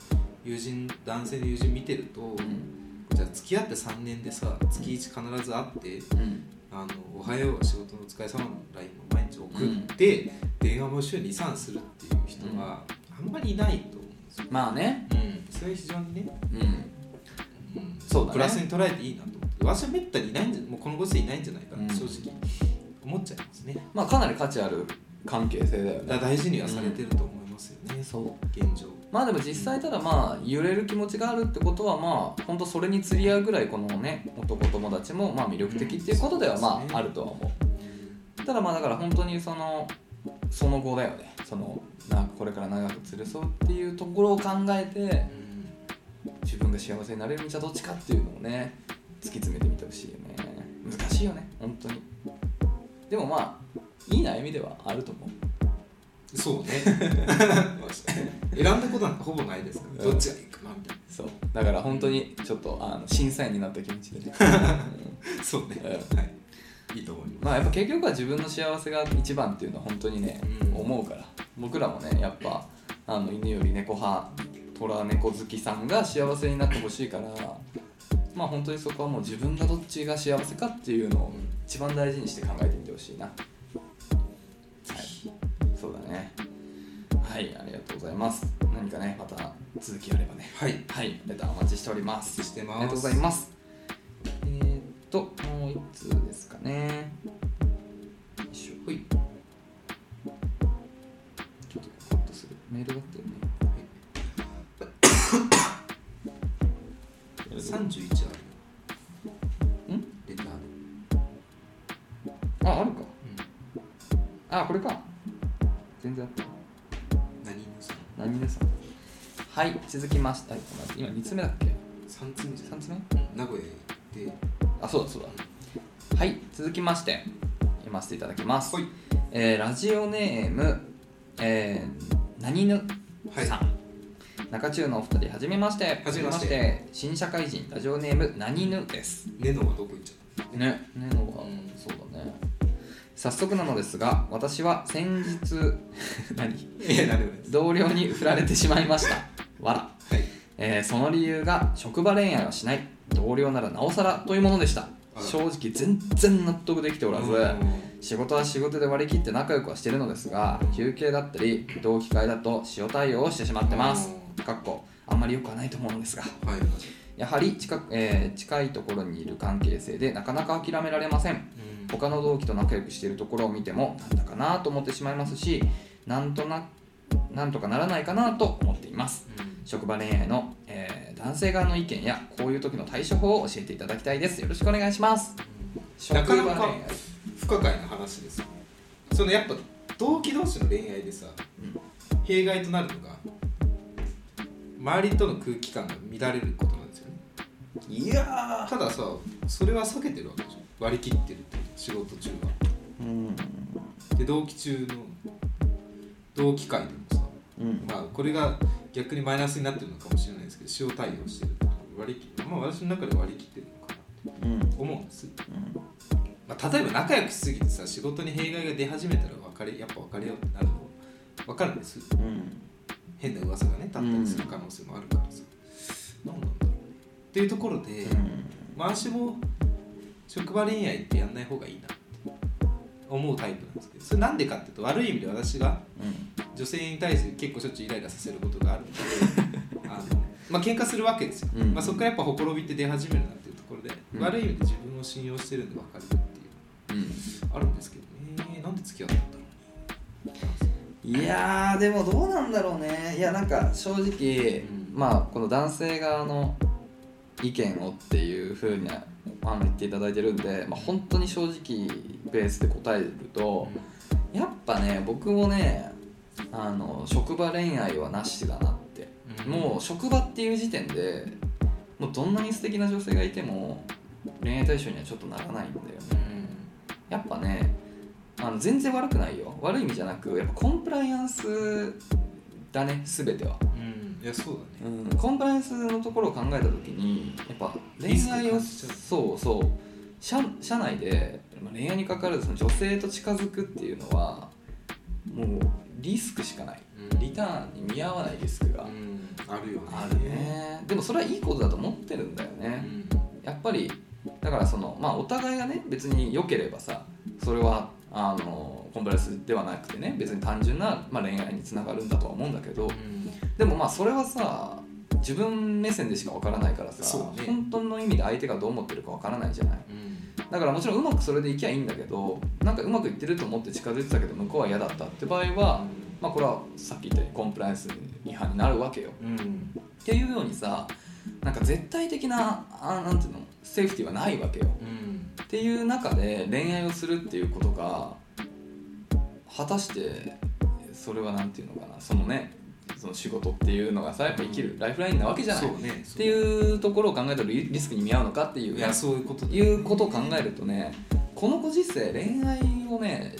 [SPEAKER 1] 友人男性の友人見てると、
[SPEAKER 2] うん
[SPEAKER 1] じゃあ付き合って3年でさ月1必ず会って
[SPEAKER 2] うん
[SPEAKER 1] 「あのおはようは仕事のお疲れ様の LINE を毎日送って、電話も週23するっていう人はあんまりいないと思うんですよ、
[SPEAKER 2] まあね
[SPEAKER 1] うん、それは非常にね、
[SPEAKER 2] うん
[SPEAKER 1] うん
[SPEAKER 2] そうだね
[SPEAKER 1] プラスに捉えていいなと思って私はめったにいないんじゃもうこのご時世いないんじゃないかな、
[SPEAKER 2] うん
[SPEAKER 1] 正直思っちゃいますね
[SPEAKER 2] まあかなり価値ある関係性だよ
[SPEAKER 1] だ
[SPEAKER 2] ね
[SPEAKER 1] から大事にはされてると思いますよね、
[SPEAKER 2] そう
[SPEAKER 1] 現状
[SPEAKER 2] まあでも実際ただまあ揺れる気持ちがあるってことはまあ本当それに釣り合うぐらいこのね男友達もまあ魅力的っていうことでは
[SPEAKER 1] うんそう
[SPEAKER 2] ま
[SPEAKER 1] です
[SPEAKER 2] あ
[SPEAKER 1] ね
[SPEAKER 2] あるとは思うただまあだから本当にそのその後だよねそのなんかこれから長く連れ添うっていうところを考えて自分が幸せになれる道はどっちかっていうのをね突き詰めてみてほしいよね難しいよね本当にでもまあいい悩みではあると思う
[SPEAKER 1] そう ね選んだことなんかほぼないですからどっちがいいかなみたい
[SPEAKER 2] そうだから本当にちょっとあの審査員になった気持ちでね、うん
[SPEAKER 1] なそうね、
[SPEAKER 2] うん
[SPEAKER 1] はい、いいと思います
[SPEAKER 2] まあやっぱ結局は自分の幸せが一番っていうのは本当にね、
[SPEAKER 1] うん
[SPEAKER 2] 思うから僕らもねやっぱあの犬より猫派虎猫好きさんが幸せになってほしいからまあ本当にそこはもう自分がどっちが幸せかっていうのを一番大事にして考えてみてほしいな、はい、そうだねはいありがとうございます何かねまた続きあればね
[SPEAKER 1] はい
[SPEAKER 2] はいレターお待ちしておりま
[SPEAKER 1] お
[SPEAKER 2] す
[SPEAKER 1] 待ちしてます
[SPEAKER 2] ありがとうございますえー、っともう一通ですかねよいしょほいちょっとホッとするメールだったよね
[SPEAKER 1] 31ある
[SPEAKER 2] ん
[SPEAKER 1] レターで、
[SPEAKER 2] ああるかあこれか全然あった
[SPEAKER 1] 何のその
[SPEAKER 2] 何ですかはい続きましてあ待って今2つ目だっけ
[SPEAKER 1] 3つ目じゃ
[SPEAKER 2] 3つ目
[SPEAKER 1] ない名古屋で
[SPEAKER 2] あそうだそうだはい続きまして読ませていただきます、
[SPEAKER 1] はい
[SPEAKER 2] えーラジオネーム、えー、何ぬさん、中中のお二人はじめまして
[SPEAKER 1] はじめまして
[SPEAKER 2] はじめま新社会人ラジオネーム何ぬです
[SPEAKER 1] ネノはどこ行っちゃった
[SPEAKER 2] ねねのは、
[SPEAKER 1] うん
[SPEAKER 2] そうだね早速なのですが私は先日 何
[SPEAKER 1] いやなるほどです
[SPEAKER 2] 同僚に振られてしまいましたわら、
[SPEAKER 1] はい
[SPEAKER 2] えーその理由が職場恋愛はしない同僚ならなおさらというものでした
[SPEAKER 1] あら
[SPEAKER 2] 正直全然納得できておらず、
[SPEAKER 1] うん
[SPEAKER 2] 仕事は仕事で割り切って仲良くはしてるのですが休憩だったり同期会だと塩対応をしてしまってますかっこあんまり良くはないと思うのですが
[SPEAKER 1] はい
[SPEAKER 2] やはり近く、えー近いところにいる関係性でなかなか諦められません
[SPEAKER 1] うん
[SPEAKER 2] 他の同期と仲良くしているところを見てもなんだかなと思ってしまいますしなんとななんとかならないかなと思っています職場恋愛の、えー男性側の意見やこういう時の対処法を教えていただきたいですよろしくお願いします職
[SPEAKER 1] な
[SPEAKER 2] 場
[SPEAKER 1] か
[SPEAKER 2] 恋
[SPEAKER 1] な
[SPEAKER 2] 愛
[SPEAKER 1] か不可解な話ですよねそのやっぱ同期同士の恋愛でさ、弊害となるのが周りとの空気感が乱れることなんですよね
[SPEAKER 2] いや
[SPEAKER 1] たださそれは避けてるわけでしょ割り切ってるって仕事中は
[SPEAKER 2] ーうん
[SPEAKER 1] で同期中の同期会でもさ
[SPEAKER 2] うん
[SPEAKER 1] まあこれが逆にマイナスになってるのかもしれないですけど塩対応してる割り切まあ私の中で割り切ってるのかな
[SPEAKER 2] うん
[SPEAKER 1] と思うんですまあ、例えば仲良くしすぎてさ仕事に弊害が出始めたら別れやっぱ別れようってなるの分かるんです
[SPEAKER 2] うん
[SPEAKER 1] 変な噂がね立ったりする可能性もあるからさ、何なんだろうねっていうところで、まあ私も職場恋愛ってやんない方がいいなって思うタイプなんですけどそれなんでかっていうと悪い意味で私が女性に対して結構しょっちゅうイライラさせることがあるのであのまあ喧嘩するわけですよ、
[SPEAKER 2] うん
[SPEAKER 1] まあ、そこからやっぱほころびって出始めるなっていうところで、
[SPEAKER 2] うん
[SPEAKER 1] 悪い意味で自分を信用してるんで分かるっていうあるんですけどねなんで付き合ったんだろ
[SPEAKER 2] いやーでもどうなんだろうねいやなんか正直、
[SPEAKER 1] うん
[SPEAKER 2] まあこの男性側の意見をっていうふうにあの言っていただいてるんで、まあ、本当に正直ベースで答えるとやっぱね僕もねあの職場恋愛はなしだなって、
[SPEAKER 1] うん
[SPEAKER 2] もう職場っていう時点でもうどんなに素敵な女性がいても恋愛対象にはちょっとならないんだよね
[SPEAKER 1] う
[SPEAKER 2] やっぱねあの全然悪くないよ悪い意味じゃなくやっぱコンプライアンスだね全ては、
[SPEAKER 1] うんいやそうだね
[SPEAKER 2] うん、コンプライアンスのところを考えた時にやっぱ
[SPEAKER 1] リ
[SPEAKER 2] 恋
[SPEAKER 1] スク
[SPEAKER 2] 愛を
[SPEAKER 1] 感じちゃう
[SPEAKER 2] そうそう社社内でまあ恋愛に関わらずその女性と近づくっていうのはもうリスクしかない
[SPEAKER 1] うん
[SPEAKER 2] リターンに見合わないリスクが
[SPEAKER 1] うんあるよね
[SPEAKER 2] あるねでもそれはいいことだと思ってるんだよね、
[SPEAKER 1] うん
[SPEAKER 2] やっぱりだからそのまあお互いがね別に良ければさそれはあのコンプライアンスではなくてね別に単純な、まあ、恋愛につながるんだとは思うんだけどでもまあそれはさ自分目線でしかわからないからさ、
[SPEAKER 1] そうね
[SPEAKER 2] 本当の意味で相手がどう思ってるかわからないじゃない
[SPEAKER 1] うん
[SPEAKER 2] だからもちろんうまくそれでいきゃいいんだけどなんかうまくいってると思って近づいてたけど向こうは嫌だったって場合は、まあ、これはさっき言ったようにコンプライアンス違反になるわけよ
[SPEAKER 1] うん
[SPEAKER 2] っていうようにさなんか絶対的なあなんていうのセーフティーはないわけよ
[SPEAKER 1] うん
[SPEAKER 2] っていう中で恋愛をするっていうことが果たしてそれはなんていうのかなそのねその仕事っていうのがさやっぱ生きるライフラインなわけじゃないっ
[SPEAKER 1] そうねって
[SPEAKER 2] いうところを考えたらリリスクに見合うのかっていう
[SPEAKER 1] いやそういうことだ
[SPEAKER 2] いうことを考えるとねこのご時世恋愛をね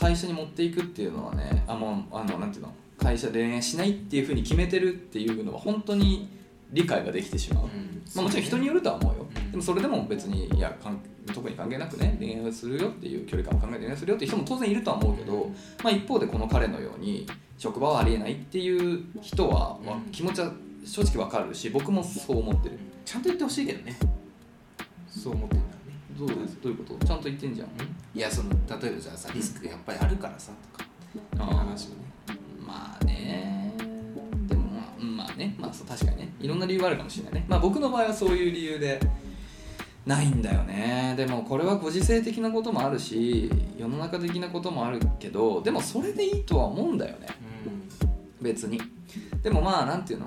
[SPEAKER 2] 会社に持っていくっていうのはねあもうあのなんていうの会社で恋愛しないっていうふうに決めてるっていうのは本当に理解ができてしまう、
[SPEAKER 1] うん
[SPEAKER 2] まあ、もちろん人によるとは思うよ、
[SPEAKER 1] うん
[SPEAKER 2] でもそれでも別にいやかん特に関係なくね恋愛をするよっていう距離感を考えて恋愛するよっていう人も当然いるとは思うけど、まあ、一方でこの彼のように職場はありえないっていう人は、まあ
[SPEAKER 1] うん
[SPEAKER 2] 気持ちは正直わかるし僕もそう思ってる
[SPEAKER 1] ちゃんと言ってほしいけどねそう思ってるからね
[SPEAKER 2] どうどういうことちゃんと言ってんじゃん
[SPEAKER 1] いやその例えばじゃあさリスクがやっぱりあるからさとかっていう話をね
[SPEAKER 2] まあねでもまあうんまあねまあそう確かにねいろんな理由があるかもしれないねまあ僕の場合はそういう理由でないんだよねでもこれはご時世的なこともあるし世の中的なこともあるけどでもそれでいいとは思うんだよね別にでもまあなんていうの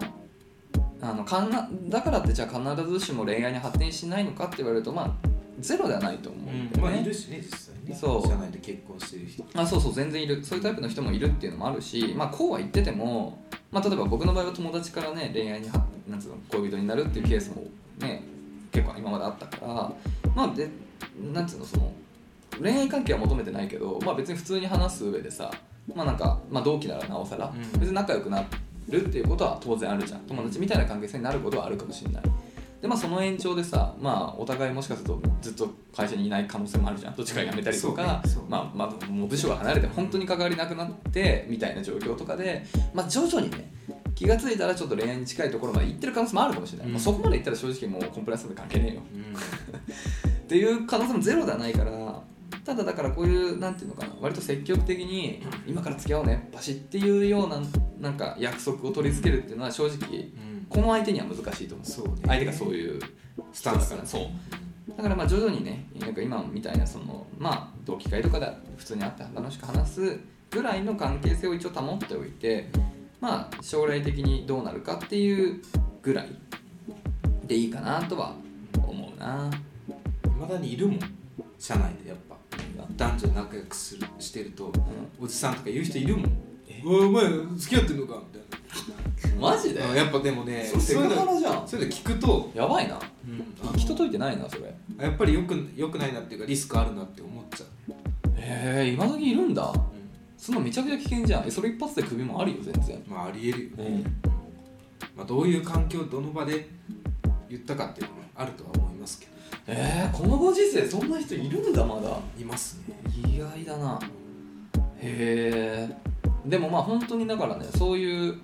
[SPEAKER 2] あのかんなだからってじゃあ必ずしも恋愛に発展しないのかって言われるとまあゼロではないと思うんだよね、
[SPEAKER 1] まあいるしね実際ね
[SPEAKER 2] そう
[SPEAKER 1] 社内で結婚してる人
[SPEAKER 2] あそうそう全然いるそういうタイプの人もいるっていうのもあるし、まあ、こうは言ってても、まあ、例えば僕の場合は友達からね恋愛にはなんつうの恋人になるっていうケースもね結構今まであったからまあでなんつうのその恋愛関係は求めてないけど、まあ、別に普通に話す上でさまあなんか、まあ、同期ならなおさら、
[SPEAKER 1] うん
[SPEAKER 2] 別に仲良くなるっていうことは当然あるじゃん友達みたいな関係性になることはあるかもしれないでまあその延長でさまあお互いもしかするとずっと会社にいない可能性もあるじゃんどっちかが辞めたりとか、
[SPEAKER 1] そうねそうね
[SPEAKER 2] まあ、まあもう部署が離れて本当に関わりなくなってみたいな状況とかで、まあ、徐々にね気が付いたらちょっと恋愛に近いところまで行ってる可能性もあるかもしれない、
[SPEAKER 1] うん
[SPEAKER 2] まあ、そこまで行ったら正直もうコンプライアンスなんて関係ねえよ
[SPEAKER 1] う
[SPEAKER 2] っていう可能性もゼロではないからただだからこういうなんていうのかな割と積極的に今から付き合おうねパシっていうようななんか約束を取り付けるっていうのは正直
[SPEAKER 1] ん、うん
[SPEAKER 2] この相手には難しいと思う
[SPEAKER 1] そうね
[SPEAKER 2] 相手がそういう
[SPEAKER 1] スタンスか
[SPEAKER 2] だから
[SPEAKER 1] ら
[SPEAKER 2] そうだからまあ徐々にねなんか今みたいなそのまあ同期会とかで普通に会って楽しく話すぐらいの関係性を一応保っておいてまあ将来的にどうなるかっていうぐらいでいいかなとは思うな。
[SPEAKER 1] まだにいるもん社内でやっぱ男女仲良くするしてるとおじさんとか言う人いるもん
[SPEAKER 2] え
[SPEAKER 1] おいお前付き合ってんのかみた
[SPEAKER 2] マジで
[SPEAKER 1] いなやっぱでもね
[SPEAKER 2] それセ
[SPEAKER 1] そういう
[SPEAKER 2] クハ
[SPEAKER 1] の
[SPEAKER 2] ラじゃん
[SPEAKER 1] そういうの聞くと、
[SPEAKER 2] やばいな
[SPEAKER 1] あの
[SPEAKER 2] 聞き届いてないなそれへ
[SPEAKER 1] やっぱりよくよくないなっていうかリスクあるなって思っちゃう、
[SPEAKER 2] え今時いるんだそんなめちゃくちゃ危険じゃんえそれ一発で首もあるよ全然
[SPEAKER 1] まあありえるよね、
[SPEAKER 2] うん
[SPEAKER 1] まあ、どういう環境どの場で言ったかっていうのもあるとは思いますけど
[SPEAKER 2] えー、このご時世そんな人いるんだまだ
[SPEAKER 1] いますね
[SPEAKER 2] 意外だなへえでもまあ本当にだからねそういう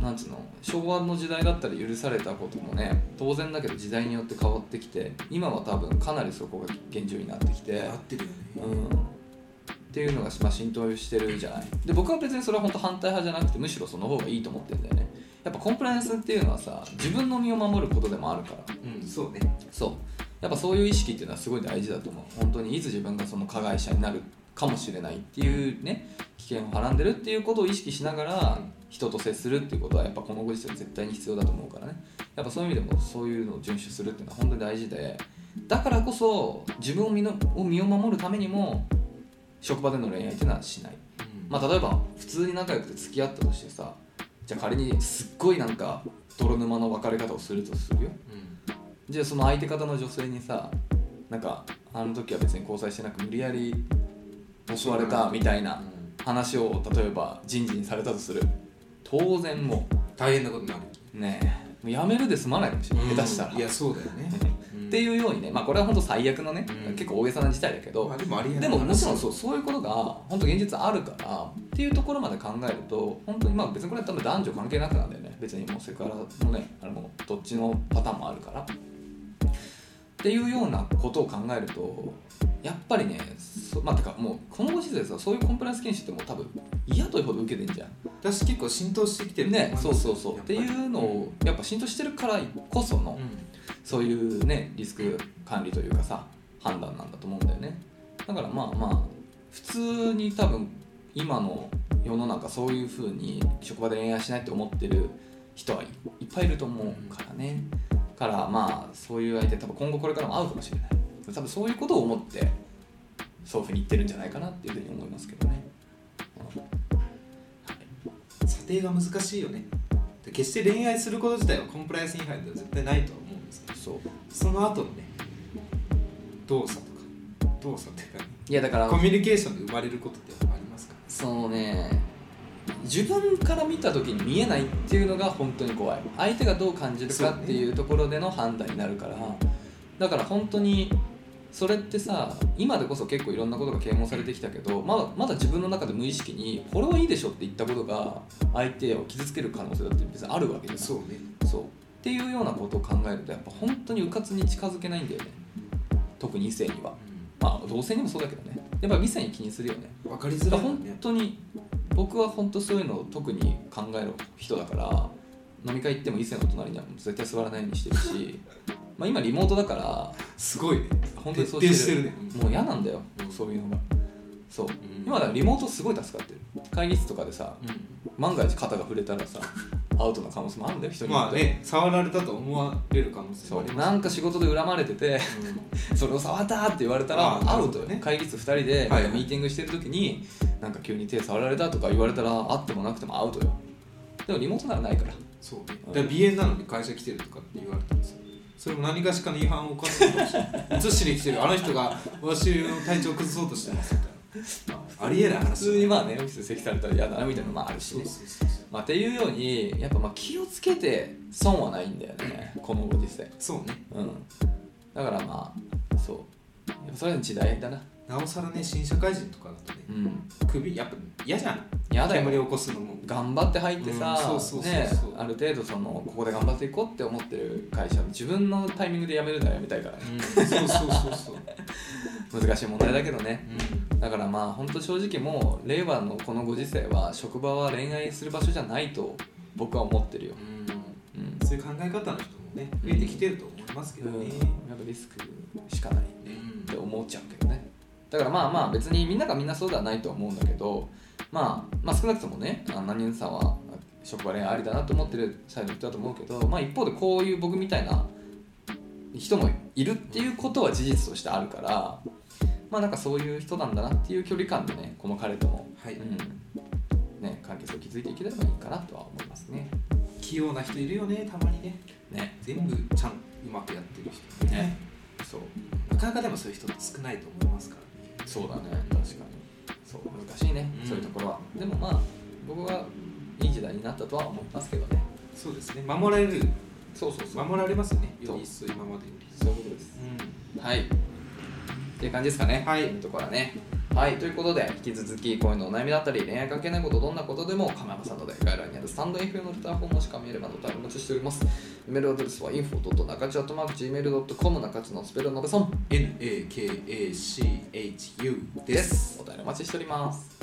[SPEAKER 2] なんつうの昭和の時代だったら許されたこともね当然だけど時代によって変わってきて今は多分かなりそこが現状になってきて
[SPEAKER 1] 合ってるよね、
[SPEAKER 2] うん、っていうのが、まあ、浸透してるじゃないで僕は別にそれは本当反対派じゃなくてむしろその方がいいと思ってるんだよねやっぱコンプライアンスっていうのはさ自分の身を守ることでもあるから
[SPEAKER 1] うんそうね
[SPEAKER 2] そうやっぱそういう意識っていうのはすごい大事だと思う本当にいつ自分がその加害者になるかもしれないっていうね危険をはらんでるっていうことを意識しながら人と接するっていうことはやっぱこのご時世絶対に必要だと思うからねやっぱそういう意味でもそういうのを遵守するっていうのは本当に大事でだからこそ自分を身のを身を守るためにも職場での恋愛っていうのはしないまあ、例えば普通に仲良くて付き合ったとしてさじゃあ仮にすっごいなんか泥沼の別れ方をするとするよ
[SPEAKER 1] うん
[SPEAKER 2] じゃあその相手方の女性にさなんかあの時は別に交際してなく無理やり襲われたみたいな話を例えば人事にされたとする当然も
[SPEAKER 1] 大変なことになるよね
[SPEAKER 2] うねえもうやめるで済まないかもしれない下手したら、
[SPEAKER 1] いやそうだよね、
[SPEAKER 2] って
[SPEAKER 1] う
[SPEAKER 2] いうようにねまあこれは本当最悪のね、
[SPEAKER 1] うん
[SPEAKER 2] 結構大げさな事態だけど、
[SPEAKER 1] まあ、でもありえない
[SPEAKER 2] でももちろん
[SPEAKER 1] そ
[SPEAKER 2] そうそういうことが本当現実あるからっていうところまで考えると本当にまあ別にこれは多分男女関係なくなんだよね別にもうセクハラもねあれもどっちのパターンもあるからっていうようなことを考えるとやっぱりねそまあてかもうこのご時世さそういうコンプライアンス研修ってもう多分嫌というほど受けてんじゃん
[SPEAKER 1] 私結構浸透してきてると思い
[SPEAKER 2] ね
[SPEAKER 1] ます
[SPEAKER 2] そうそうそうっ
[SPEAKER 1] やぱ
[SPEAKER 2] て
[SPEAKER 1] り
[SPEAKER 2] いうのをやっぱ浸透してるからこその、そういうねリスク管理というかさ判断なんだと思うんだよねだからまあまあ普通に多分今の世の中そういう風に職場で恋愛しないって思ってる人はいいっぱいいると思うからねからまあそういう相手多分今後これからも会うかもしれない多分そういうことを思ってそういう風に言ってるんじゃないかなっていうふうに思いますけどね、うん
[SPEAKER 1] うん査定が難しいよねで決して恋愛すること自体はコンプライアンス違反では絶対ないとは思うんですけど
[SPEAKER 2] そう
[SPEAKER 1] その後のね動作とか動作っていうかね
[SPEAKER 2] いやだから
[SPEAKER 1] コミュニケーションで生まれることってありますか
[SPEAKER 2] そのね自分から見た時に見えないっていうのが本当に怖い相手がどう感じるかっていうところでの判断になるから、だから本当にそれってさ今でこそ結構いろんなことが啓蒙されてきたけどまだまだ自分の中で無意識にこれはいいでしょって言ったことが相手を傷つける可能性だって別にあるわけじゃん
[SPEAKER 1] そうね
[SPEAKER 2] そうっていうようなことを考えるとやっぱ本当にうかつに近づけないんだよね特に異性にはまあ同性にもそうだけどねやっぱ店に気にするよね
[SPEAKER 1] 分かり
[SPEAKER 2] だ
[SPEAKER 1] づ
[SPEAKER 2] から
[SPEAKER 1] らいもん
[SPEAKER 2] 本
[SPEAKER 1] ね
[SPEAKER 2] 当に僕は本当そういうのを特に考える人だから飲み会行っても異性の隣には絶対座らないようにして るしまあ今リモートだから
[SPEAKER 1] すごいね
[SPEAKER 2] 本当にそう
[SPEAKER 1] 徹底
[SPEAKER 2] して
[SPEAKER 1] し
[SPEAKER 2] る
[SPEAKER 1] てるね
[SPEAKER 2] もう嫌なんだよ、
[SPEAKER 1] うん
[SPEAKER 2] そういうのがそう、
[SPEAKER 1] ん
[SPEAKER 2] 今だからリモートすごい助かってる会議室とかでさ万が一肩が触れたらさアウトな可能性もあるんだよ人によ
[SPEAKER 1] ま
[SPEAKER 2] っ
[SPEAKER 1] あ
[SPEAKER 2] て、
[SPEAKER 1] ね触られたと思われる可能性
[SPEAKER 2] そ
[SPEAKER 1] もあ
[SPEAKER 2] う
[SPEAKER 1] ります
[SPEAKER 2] なんか仕事で恨まれててそれを触ったって言われたら
[SPEAKER 1] あー
[SPEAKER 2] アウ
[SPEAKER 1] な
[SPEAKER 2] トよ
[SPEAKER 1] るほどね
[SPEAKER 2] 会議室2人で
[SPEAKER 1] はい
[SPEAKER 2] なんかミーティングしてる時になんか急に手触られたとか言われたらあってもなくてもアウトよでもリモートならないから
[SPEAKER 1] そうねだから鼻炎なのに会社来てるとかって言われたんですよそれも何かしかの違反を犯すかもしれない写しに来てるあの人が私の体調崩そうとしてますみたいな、あ、りえない話
[SPEAKER 2] 普通にまあねオフィスで席されたら嫌だなみたいなのもあるし
[SPEAKER 1] そう
[SPEAKER 2] ね
[SPEAKER 1] そうそうそう
[SPEAKER 2] まあ、っていうようにやっぱまあ気をつけて損はないんだよねこのご時世
[SPEAKER 1] そうね
[SPEAKER 2] うんだからまあそうやっぱそれは時代だな
[SPEAKER 1] なおさらね新社会人とかだとね
[SPEAKER 2] うん
[SPEAKER 1] 首やっぱ嫌じゃん
[SPEAKER 2] やだよ
[SPEAKER 1] 煙を起こすのも
[SPEAKER 2] 頑張って入ってさ
[SPEAKER 1] うんそうそうそうそう
[SPEAKER 2] ねある程度そのここで頑張っていこうって思ってる会社自分のタイミングで辞めるなら辞めたいからね
[SPEAKER 1] うんそうそうそうそう、
[SPEAKER 2] 難しい問題だけどね
[SPEAKER 1] うん、
[SPEAKER 2] だからまあ本当正直もう令和のこのご時世は職場は恋愛する場所じゃないと僕は思ってるよ、
[SPEAKER 1] う
[SPEAKER 2] うん
[SPEAKER 1] ん、そういう考え方の人もね増えてきてると思いますけど
[SPEAKER 2] うん
[SPEAKER 1] ね、
[SPEAKER 2] やっぱリスクしかない
[SPEAKER 1] うん
[SPEAKER 2] って思っちゃうけどねだからまあまあ別にみんながみんなそうではないと思うんだけど、まあ、まあ少なくともねあ何々さんは職場恋愛ありだなと思ってるサイドの人だと思うけど、まあ、一方でこういう僕みたいな人もいるっていうことは事実としてあるからまあなんかそういう人なんだなっていう距離感でねこの彼とも、
[SPEAKER 1] はい
[SPEAKER 2] うんね、関係性を築いていければいいかなとは思いますね。
[SPEAKER 1] 器用な人いるよねたまにね
[SPEAKER 2] ね
[SPEAKER 1] 全部ちゃんうまくやってる人
[SPEAKER 2] ねそう
[SPEAKER 1] なかなかでもそういう人って少ないと思いますからね
[SPEAKER 2] そうだね確かにそう難しいね、
[SPEAKER 1] うん
[SPEAKER 2] そういうところはでもまあ僕はいい時代になったとは思いますけどね
[SPEAKER 1] そうですね守られる
[SPEAKER 2] そうそうそう
[SPEAKER 1] 守られますよね
[SPEAKER 2] そ
[SPEAKER 1] よ
[SPEAKER 2] う
[SPEAKER 1] り一層今までより
[SPEAKER 2] そういうことです
[SPEAKER 1] う
[SPEAKER 2] はいっていう感じですかね
[SPEAKER 1] はい
[SPEAKER 2] というところはねはいということで引き続き恋のお悩みだったり恋愛関係ないことどんなことでも構いませんので概要欄にあるスタンド FM のレターフォームもしか見ればのお便りお待ちしておりますメールアドレスは info.nakachu.gmail.com 中津のスペルのべそん
[SPEAKER 1] ん NAKACHU で
[SPEAKER 2] ですすお便りお待ちしております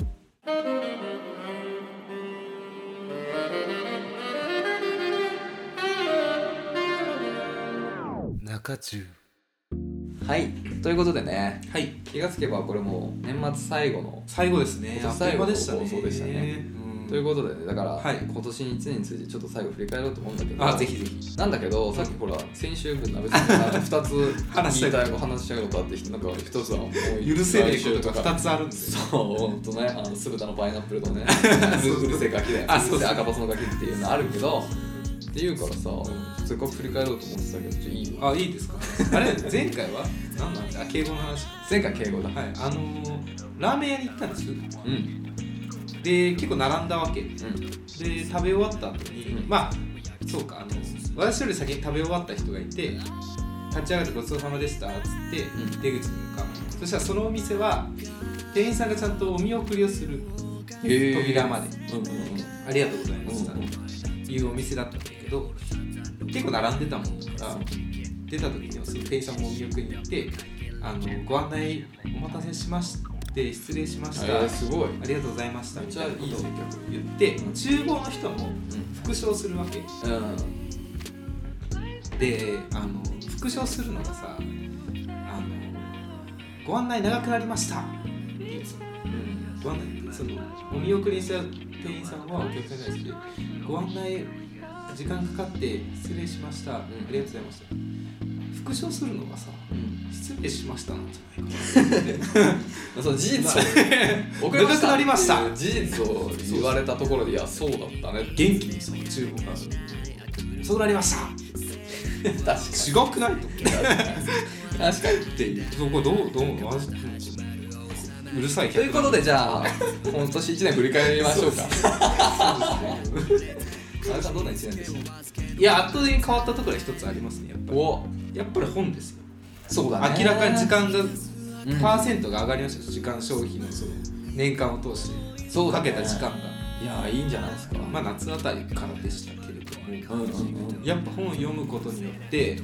[SPEAKER 1] 中中
[SPEAKER 2] はいということでね
[SPEAKER 1] はい
[SPEAKER 2] 気がつけばこれもう年末最後の
[SPEAKER 1] 最後ですね
[SPEAKER 2] 今年最後
[SPEAKER 1] あっという間でしたね
[SPEAKER 2] の放送でしたね
[SPEAKER 1] うん
[SPEAKER 2] ということでねだから、
[SPEAKER 1] はい
[SPEAKER 2] 今年1年についてちょっと最後振り返ろうと思うんだけど
[SPEAKER 1] あぜひぜひ
[SPEAKER 2] なんだけどさっきほら先週分の別 になんか2つ
[SPEAKER 1] 話した
[SPEAKER 2] 言
[SPEAKER 1] い
[SPEAKER 2] いたい話したいことあってなんか1つはもう
[SPEAKER 1] 許せないことが2
[SPEAKER 2] つ
[SPEAKER 1] つあるんですよ
[SPEAKER 2] そう本当ねあの酢豚のパイナップルとね
[SPEAKER 1] そう
[SPEAKER 2] うるせえガキだよ
[SPEAKER 1] あそうそう
[SPEAKER 2] るせえ赤パスのガキっていうのあるけどっていうからさせっかく振り返ろうと思ってたけどちょっといい
[SPEAKER 1] あいいですか あれ前回は何なんですか敬語の話
[SPEAKER 2] 前回敬語だ、
[SPEAKER 1] はい、あのーラーメン屋に行ったんです
[SPEAKER 2] うん
[SPEAKER 1] で結構並んだわけで
[SPEAKER 2] うん
[SPEAKER 1] 食べ終わった後に、
[SPEAKER 2] うん
[SPEAKER 1] まあそうかあの私より先に食べ終わった人がいて立ち上がってごちそうさまでしたっつって、
[SPEAKER 2] うん
[SPEAKER 1] 出口に向かうそしたらそのお店は店員さんがちゃんとお見送りをする扉まで
[SPEAKER 2] うんうんうん
[SPEAKER 1] ありがとうございましたっていうお店だったんだけど結構並んでたもんだから出た時にはその店員さんもお見送りに行ってあのご案内お待たせしまして失礼しました、
[SPEAKER 2] えー、すごい
[SPEAKER 1] ありがとうございましたみたいなことを
[SPEAKER 2] 客
[SPEAKER 1] 言って厨房の人も復唱するわけ
[SPEAKER 2] うん
[SPEAKER 1] であの復唱するのがさあの「ご案内長くなりました」っていうさ
[SPEAKER 2] うん
[SPEAKER 1] ご案内そのお見送りした店員さんはお客さんに対して「ご案内時間かかって失礼しました、ありがとうございました」復唱するのがさ
[SPEAKER 2] うん
[SPEAKER 1] 「失礼しました」なんじゃないかな
[SPEAKER 2] その事実を遅
[SPEAKER 1] 長くなりました
[SPEAKER 2] っていう事実を言われたところでいやそうだったね
[SPEAKER 1] 元気にその厨房から「そうなりました」
[SPEAKER 2] 確かに
[SPEAKER 1] 違くないと思って。
[SPEAKER 2] 確かに
[SPEAKER 1] ってそこどうどう思うマジでうるさい
[SPEAKER 2] ということでじゃあ今年1年振り返りましょう かあれさんどんな1年でした
[SPEAKER 1] いや圧倒的に変わったところは一つありますねやっぱり
[SPEAKER 2] お
[SPEAKER 1] やっぱり本ですよ
[SPEAKER 2] そうだね
[SPEAKER 1] 明らかに時間が
[SPEAKER 2] うん
[SPEAKER 1] パーセントが上がりましたよ時間消費のその年間を通して
[SPEAKER 2] そうだ
[SPEAKER 1] か
[SPEAKER 2] ね
[SPEAKER 1] けた時間が
[SPEAKER 2] いやいいんじゃないですか
[SPEAKER 1] まあ夏あたりからでしたけれども
[SPEAKER 2] うんうんうん
[SPEAKER 1] やっぱ本を読むことによって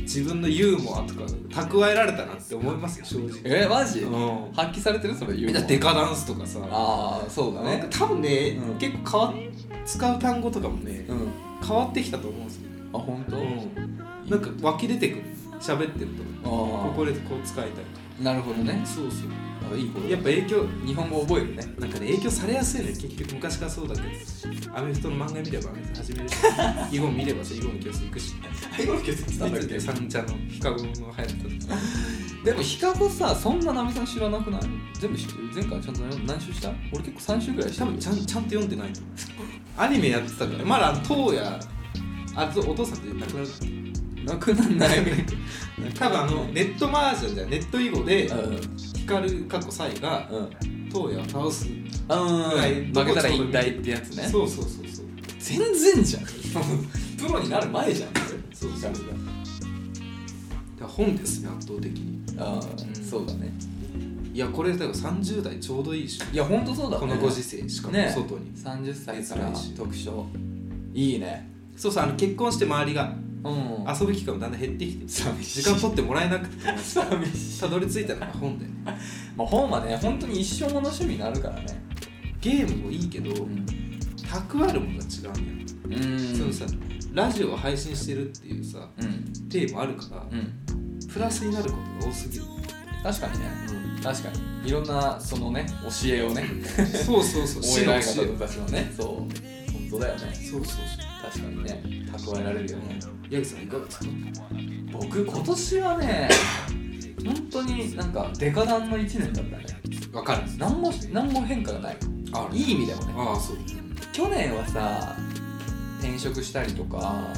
[SPEAKER 1] 自分のユーモアとか蓄えられたなって思いますよ正直
[SPEAKER 2] えー、マジ、
[SPEAKER 1] うん
[SPEAKER 2] 発揮されてるそれ言
[SPEAKER 1] み
[SPEAKER 2] うん
[SPEAKER 1] なデカダンスとかさ
[SPEAKER 2] ああそうだ
[SPEAKER 1] なんか
[SPEAKER 2] ね
[SPEAKER 1] 多分ね、
[SPEAKER 2] うん
[SPEAKER 1] 結構変わっ使う単語とかもね
[SPEAKER 2] うん
[SPEAKER 1] 変わってきたと思うんですよね、
[SPEAKER 2] あ本当、
[SPEAKER 1] なんか湧き出てくる喋ってると
[SPEAKER 2] あ
[SPEAKER 1] こ
[SPEAKER 2] ー
[SPEAKER 1] こでこう使いたいと
[SPEAKER 2] なるほどね
[SPEAKER 1] そうそう
[SPEAKER 2] あいいこと
[SPEAKER 1] やっぱ影響
[SPEAKER 2] 日本語覚えるね
[SPEAKER 1] なんかね影響されやすいね結局昔からそうだけどアメフトの漫画見ればアメフト始 めるし囲碁見ればさ囲碁の教室行くし
[SPEAKER 2] 英語の教室来たんだっけ
[SPEAKER 1] 三茶のヒカゴの流行った
[SPEAKER 2] でもヒカゴさそんなナミさん知らなくない全部知ってる前回ちゃんと何周した俺結構3周ぐらいした
[SPEAKER 1] 多分ちゃんちゃんと読んでないと思うアニメやってたからまだ当やあとお父さんって亡くなった
[SPEAKER 2] なくなんない
[SPEAKER 1] 多分あのネットマージャンじゃないネット囲碁で
[SPEAKER 2] うん
[SPEAKER 1] ヒカル過去サイが
[SPEAKER 2] うん
[SPEAKER 1] 当やを倒す、ぐらい
[SPEAKER 2] うん負けたら引退ってやつね
[SPEAKER 1] そうそうそうそう
[SPEAKER 2] 全然じゃん プロになる前じゃん
[SPEAKER 1] そう
[SPEAKER 2] ヒ
[SPEAKER 1] そ
[SPEAKER 2] カ
[SPEAKER 1] う
[SPEAKER 2] ル
[SPEAKER 1] だから本ですね圧倒的に
[SPEAKER 2] があ
[SPEAKER 1] うん
[SPEAKER 2] あそうだね
[SPEAKER 1] いやこれだから30代ちょうどいいし
[SPEAKER 2] いやほんとそうだね
[SPEAKER 1] このご時世しかも
[SPEAKER 2] ね
[SPEAKER 1] 外に、
[SPEAKER 2] 30歳から
[SPEAKER 1] 珍しい
[SPEAKER 2] 特賞いいね
[SPEAKER 1] そうそうあの結婚して周りが
[SPEAKER 2] うん
[SPEAKER 1] 遊ぶ機会もだんだん減ってきて
[SPEAKER 2] 寂しい
[SPEAKER 1] 時間取ってもらえなくて
[SPEAKER 2] 寂しい
[SPEAKER 1] たどり着いたのが本だよね
[SPEAKER 2] まあ本はね本当に一生もの趣味になるからね
[SPEAKER 1] ゲームもいいけど
[SPEAKER 2] うん
[SPEAKER 1] 蓄えるものが違うんだよ、
[SPEAKER 2] うん
[SPEAKER 1] そのさラジオを配信してるっていうさ
[SPEAKER 2] うん
[SPEAKER 1] テーマあるから
[SPEAKER 2] うん
[SPEAKER 1] プラスになることが多すぎる、
[SPEAKER 2] 確かにね確かにいろんなそのね教えをね
[SPEAKER 1] そうそう そう
[SPEAKER 2] 教えられ
[SPEAKER 1] 死の
[SPEAKER 2] 方たちのねそう本当だよね
[SPEAKER 1] 知恵そうそうそう
[SPEAKER 2] 確かにね蓄えられるよね
[SPEAKER 1] 矢口さんいかがですか
[SPEAKER 2] 僕今年は ね本当になんかデカダンの1年だったね
[SPEAKER 1] わかる
[SPEAKER 2] 何も何も変化がない
[SPEAKER 1] ある
[SPEAKER 2] いい意味でもね
[SPEAKER 1] ああそう
[SPEAKER 2] 去年はさ転職したりとか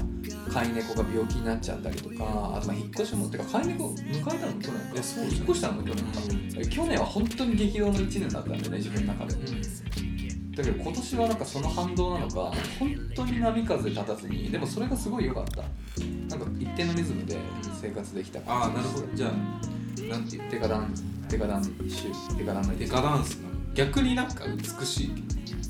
[SPEAKER 2] 飼い猫が病気になっちゃったりとかあとまあ引っ越しもってか飼い猫迎えたのも去年
[SPEAKER 1] いや
[SPEAKER 2] か
[SPEAKER 1] そう
[SPEAKER 2] 引っ越したのも去年か去年は本当に激動の1年だったんだよね自分の中でだけど今年はなんかその反動なのか本当に波風立たずにでもそれがすごい良かったなんか一定のリズムで生活できた
[SPEAKER 1] ああなるほどじゃあなんていうの
[SPEAKER 2] デカダンデカダンシューデカダンの
[SPEAKER 1] デカダンスなの逆になんか美しい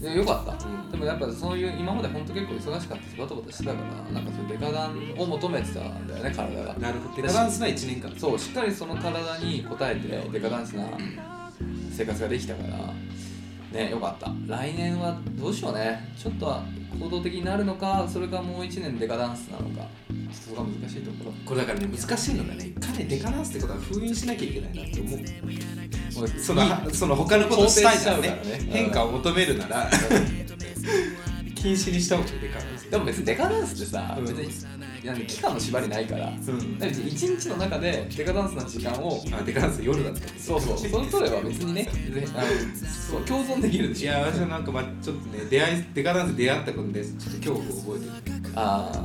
[SPEAKER 2] いや良かった
[SPEAKER 1] うん
[SPEAKER 2] でもやっぱそういう今まで本当結構忙しかったしバタバタしてたからなんかそういうデカダンを求めてたんだよね体が
[SPEAKER 1] なるほどデカダンスな1年間
[SPEAKER 2] そうしっかりその体に応えてデカダンスな生活ができたからねよかった来年はどうしようねちょっとは行動的になるのかそれかもう1年デカダンスなのかちょっとそこが難しいところ
[SPEAKER 1] これだからね難しいのがねいかにデカダンスってことは封印しなきゃいけないなって思う
[SPEAKER 2] 俺
[SPEAKER 1] その
[SPEAKER 2] いい
[SPEAKER 1] その他のことをしたいならね
[SPEAKER 2] 肯定しちゃうからね
[SPEAKER 1] 変化を求めるなら禁止にした方がいいデカダンス
[SPEAKER 2] でも別にデカダンスってさ、
[SPEAKER 1] うん
[SPEAKER 2] 別になんか期間の縛りないから
[SPEAKER 1] うん
[SPEAKER 2] 1日の中でデカダンスの時間を
[SPEAKER 1] あデカダンス夜だった
[SPEAKER 2] そうそう、それぞれは別にね、ぜあのそう共存できるで
[SPEAKER 1] い
[SPEAKER 2] しょ。
[SPEAKER 1] や私はなんかまあちょっとね出会いデカダンスで出会ったことでちょっと恐怖を覚えてる
[SPEAKER 2] ああ、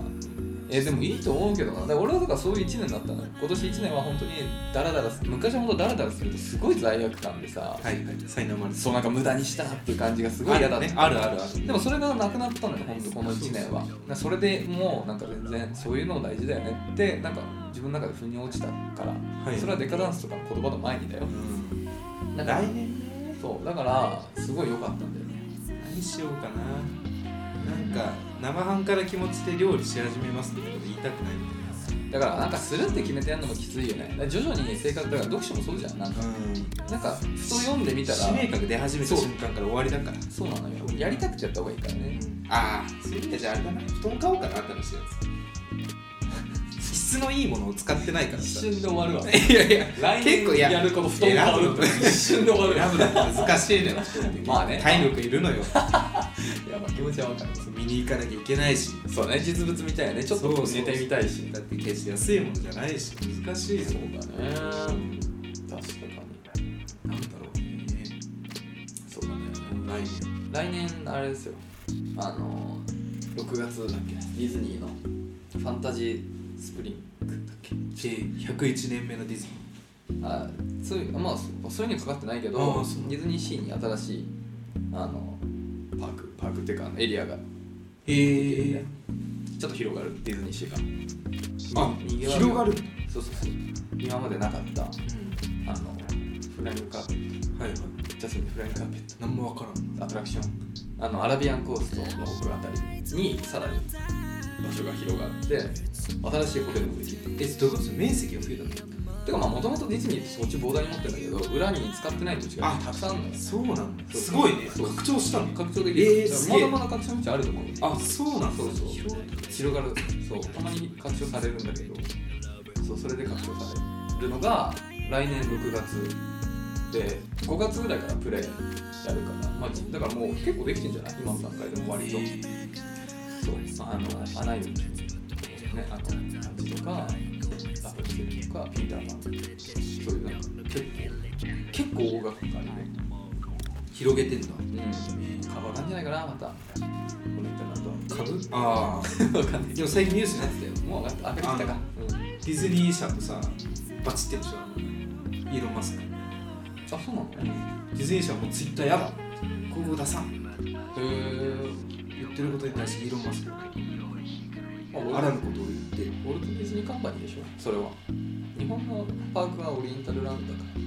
[SPEAKER 2] えでもいいと思うけどな。だから俺はだからそういう1年だったのよ。今年1年は本当にダラダラす、昔は本当ダラダラするとすごい罪悪感でさ、
[SPEAKER 1] はいはい才能もある
[SPEAKER 2] そうなんか無駄にしたなっていう感じがすごい嫌だった
[SPEAKER 1] ね。あるあるある
[SPEAKER 2] でもそれがなくなったのよ、本当この1年は。なそれでもうなんか全然そういうのも大事だよねって、なんか自分の中で腑に落ちたから、
[SPEAKER 1] はい
[SPEAKER 2] それはデカダンスとかの言葉の前にだよ。だから
[SPEAKER 1] 来年ね
[SPEAKER 2] そう、だからすごい良かったんだよね。
[SPEAKER 1] 何しようかななんか生半可な気持ちで料理し始めますってこと言いたくないみ
[SPEAKER 2] だからなんかするって決めてやるのもきついよねだから徐々に生活だから読書もそうじゃんなんか
[SPEAKER 1] たいな
[SPEAKER 2] なんかふと読んでみたら
[SPEAKER 1] 使命感が出始めた
[SPEAKER 2] そう
[SPEAKER 1] 瞬間から終わりだから
[SPEAKER 2] そうなのよやりたくてやった方がいいからね
[SPEAKER 1] ああそういう意味でじゃああれだな布団買おうかなって話やつ質のいいものを使ってないから
[SPEAKER 2] 一
[SPEAKER 1] さ
[SPEAKER 2] 瞬で終わる わ
[SPEAKER 1] いやいや
[SPEAKER 2] 来
[SPEAKER 1] 結構
[SPEAKER 2] 年
[SPEAKER 1] いや
[SPEAKER 2] やること布団買うの
[SPEAKER 1] 選ぶ
[SPEAKER 2] 一瞬で終わるわ
[SPEAKER 1] 選ぶのって難しいのよ
[SPEAKER 2] まあね
[SPEAKER 1] 体力いるのよ
[SPEAKER 2] やばい気持ちはわかる
[SPEAKER 1] 見に行かなきゃいけないし
[SPEAKER 2] そうね実物みたいよねちょっと
[SPEAKER 1] そうそう
[SPEAKER 2] 寝てみたいし
[SPEAKER 1] だって決して安いものじゃないし難しいよ
[SPEAKER 2] そうだね確かに
[SPEAKER 1] なんだろうね
[SPEAKER 2] そうだね
[SPEAKER 1] 来年
[SPEAKER 2] 来年あれですよあの6月だっけディズニーのファンタジースプリングだっけ
[SPEAKER 1] 101年目のディズニ
[SPEAKER 2] あそういうまあそそういうにはかかってないけど
[SPEAKER 1] ああそう
[SPEAKER 2] ディズニーシーに新しいあのパークパークっていうかエリアが
[SPEAKER 1] ー
[SPEAKER 2] えちょっと広がるディズニーシーが
[SPEAKER 1] あ
[SPEAKER 2] に
[SPEAKER 1] 広がる、
[SPEAKER 2] そうそうそう今までなかったあのフライングカーペッ
[SPEAKER 1] はいはい
[SPEAKER 2] トジャスミンフライングカーペッ
[SPEAKER 1] 何もわからん
[SPEAKER 2] トアトラクションあのアラビアンコーストの奥あたりにさらに場所が広がって新しいホテルもできる
[SPEAKER 1] えどういうこと面積が増えたの
[SPEAKER 2] てかまあもともとディズニーってそっち膨大に持ってるんだけど裏に使ってない土地が
[SPEAKER 1] あ
[SPEAKER 2] たくさんあるのよ
[SPEAKER 1] そうなんだ
[SPEAKER 2] そう
[SPEAKER 1] すごいね
[SPEAKER 2] そう
[SPEAKER 1] 拡張したの
[SPEAKER 2] 拡張できる、
[SPEAKER 1] えー
[SPEAKER 2] だから
[SPEAKER 1] すげえ
[SPEAKER 2] まだまだ拡張の道あると思う
[SPEAKER 1] あそうなんだ
[SPEAKER 2] そうそう広がるそうたまに拡張されるんだけどそうそれで拡張されるのが来年6月で5月ぐらいからプレイやるから、まあ、だからもう結構できてんじゃない今の段階でも割とそうあのアナ雪ねあの感じとかラプンツェルとかピーターパンそういうなんか結構結構大掛かりで、
[SPEAKER 1] 広げてんだ
[SPEAKER 2] うん、変わらんじゃないかなまたこれってな
[SPEAKER 1] 株
[SPEAKER 2] る
[SPEAKER 1] ああ
[SPEAKER 2] と わかんない
[SPEAKER 1] でも最近ニュースになってたよ
[SPEAKER 2] もう上がってきたか
[SPEAKER 1] あ。ディズニー社とさバチってんでしょイーロン・マスク
[SPEAKER 2] あ、そうなのへ
[SPEAKER 1] ディズニー社はもうツイッターやば今後出さん
[SPEAKER 2] え。
[SPEAKER 1] 言ってることに対してイーロン・マスクが
[SPEAKER 2] あ、
[SPEAKER 1] あ
[SPEAKER 2] 俺
[SPEAKER 1] らぬことを言ってる
[SPEAKER 2] ウォルト・ディズニーカンパニーでしょ、それは。日本のパークはオリエンタルランドだから。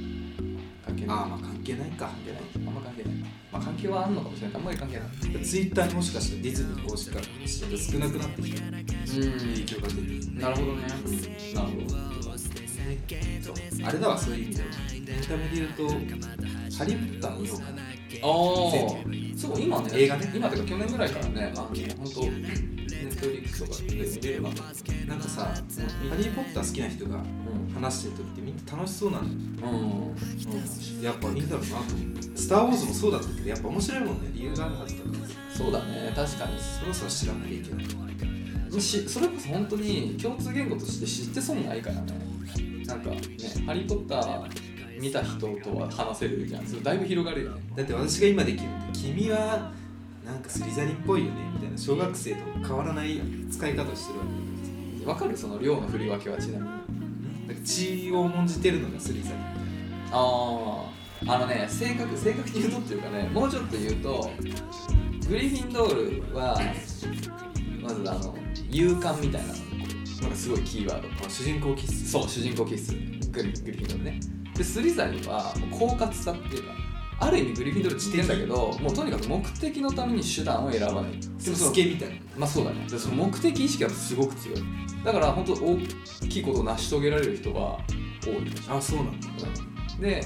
[SPEAKER 2] 関係ない。
[SPEAKER 1] ああまあ関係ないか
[SPEAKER 2] 関係ない。あんま関係ない。まあ関係はあるのかもしれないけど。あんまり関係ない。
[SPEAKER 1] ツイッターにもしかしてディズニー公式からの発信が少なくなってきた影響が出てる
[SPEAKER 2] なるほどね。なるほど。
[SPEAKER 1] そうあれだわそういう意味では見た目で言うと「ハリー・ポッター」のようかな
[SPEAKER 2] ああ。そう、今ね、
[SPEAKER 1] 映画ね
[SPEAKER 2] 今てか去年ぐらいからね、あの、ほんと、ネットフリックスとかで見れるわ。
[SPEAKER 1] なんかさ「ハリー・ポッター」好きな人が話してる時ってみんな楽しそうなの
[SPEAKER 2] うん。うん。
[SPEAKER 1] やっぱいいんだろうなと思って「スター・ウォーズ」もそうだったけどやっぱ面白いもんね理由があるはずだから
[SPEAKER 2] そうだね、確かに。
[SPEAKER 1] そろそろ知らなきゃいけない
[SPEAKER 2] しそれこそ本当に共通言語として知って損ないからねなんかね「ハリー・ポッター」見た人とは話せるじゃんそれだいぶ広がるよね
[SPEAKER 1] だって私が今できるのって「君はなんかスリザリンっぽいよね」みたいな小学生と変わらない使い方をしてるわけ
[SPEAKER 2] わかるその量の振り分けはちなみに
[SPEAKER 1] だから血を重んじてるのがスリザリン
[SPEAKER 2] あああのね正確正確に言うとっていうかねもうちょっと言うとグリフィンドールはまずあの勇敢みたいなのがすごいキーワード
[SPEAKER 1] あ主人公気質
[SPEAKER 2] そう主人公気質グリグリフィンドールねでスリザリンはもう狡猾さっていうかある意味グリフィンドール知ってんだけどもうとにかく目的のために手段を選ばないでもそ
[SPEAKER 1] ス
[SPEAKER 2] の
[SPEAKER 1] ケみたいな
[SPEAKER 2] まあそうだねでその目的意識がすごく強いだから本当大きいことを成し遂げられる人は多い
[SPEAKER 1] あそうなんだ
[SPEAKER 2] で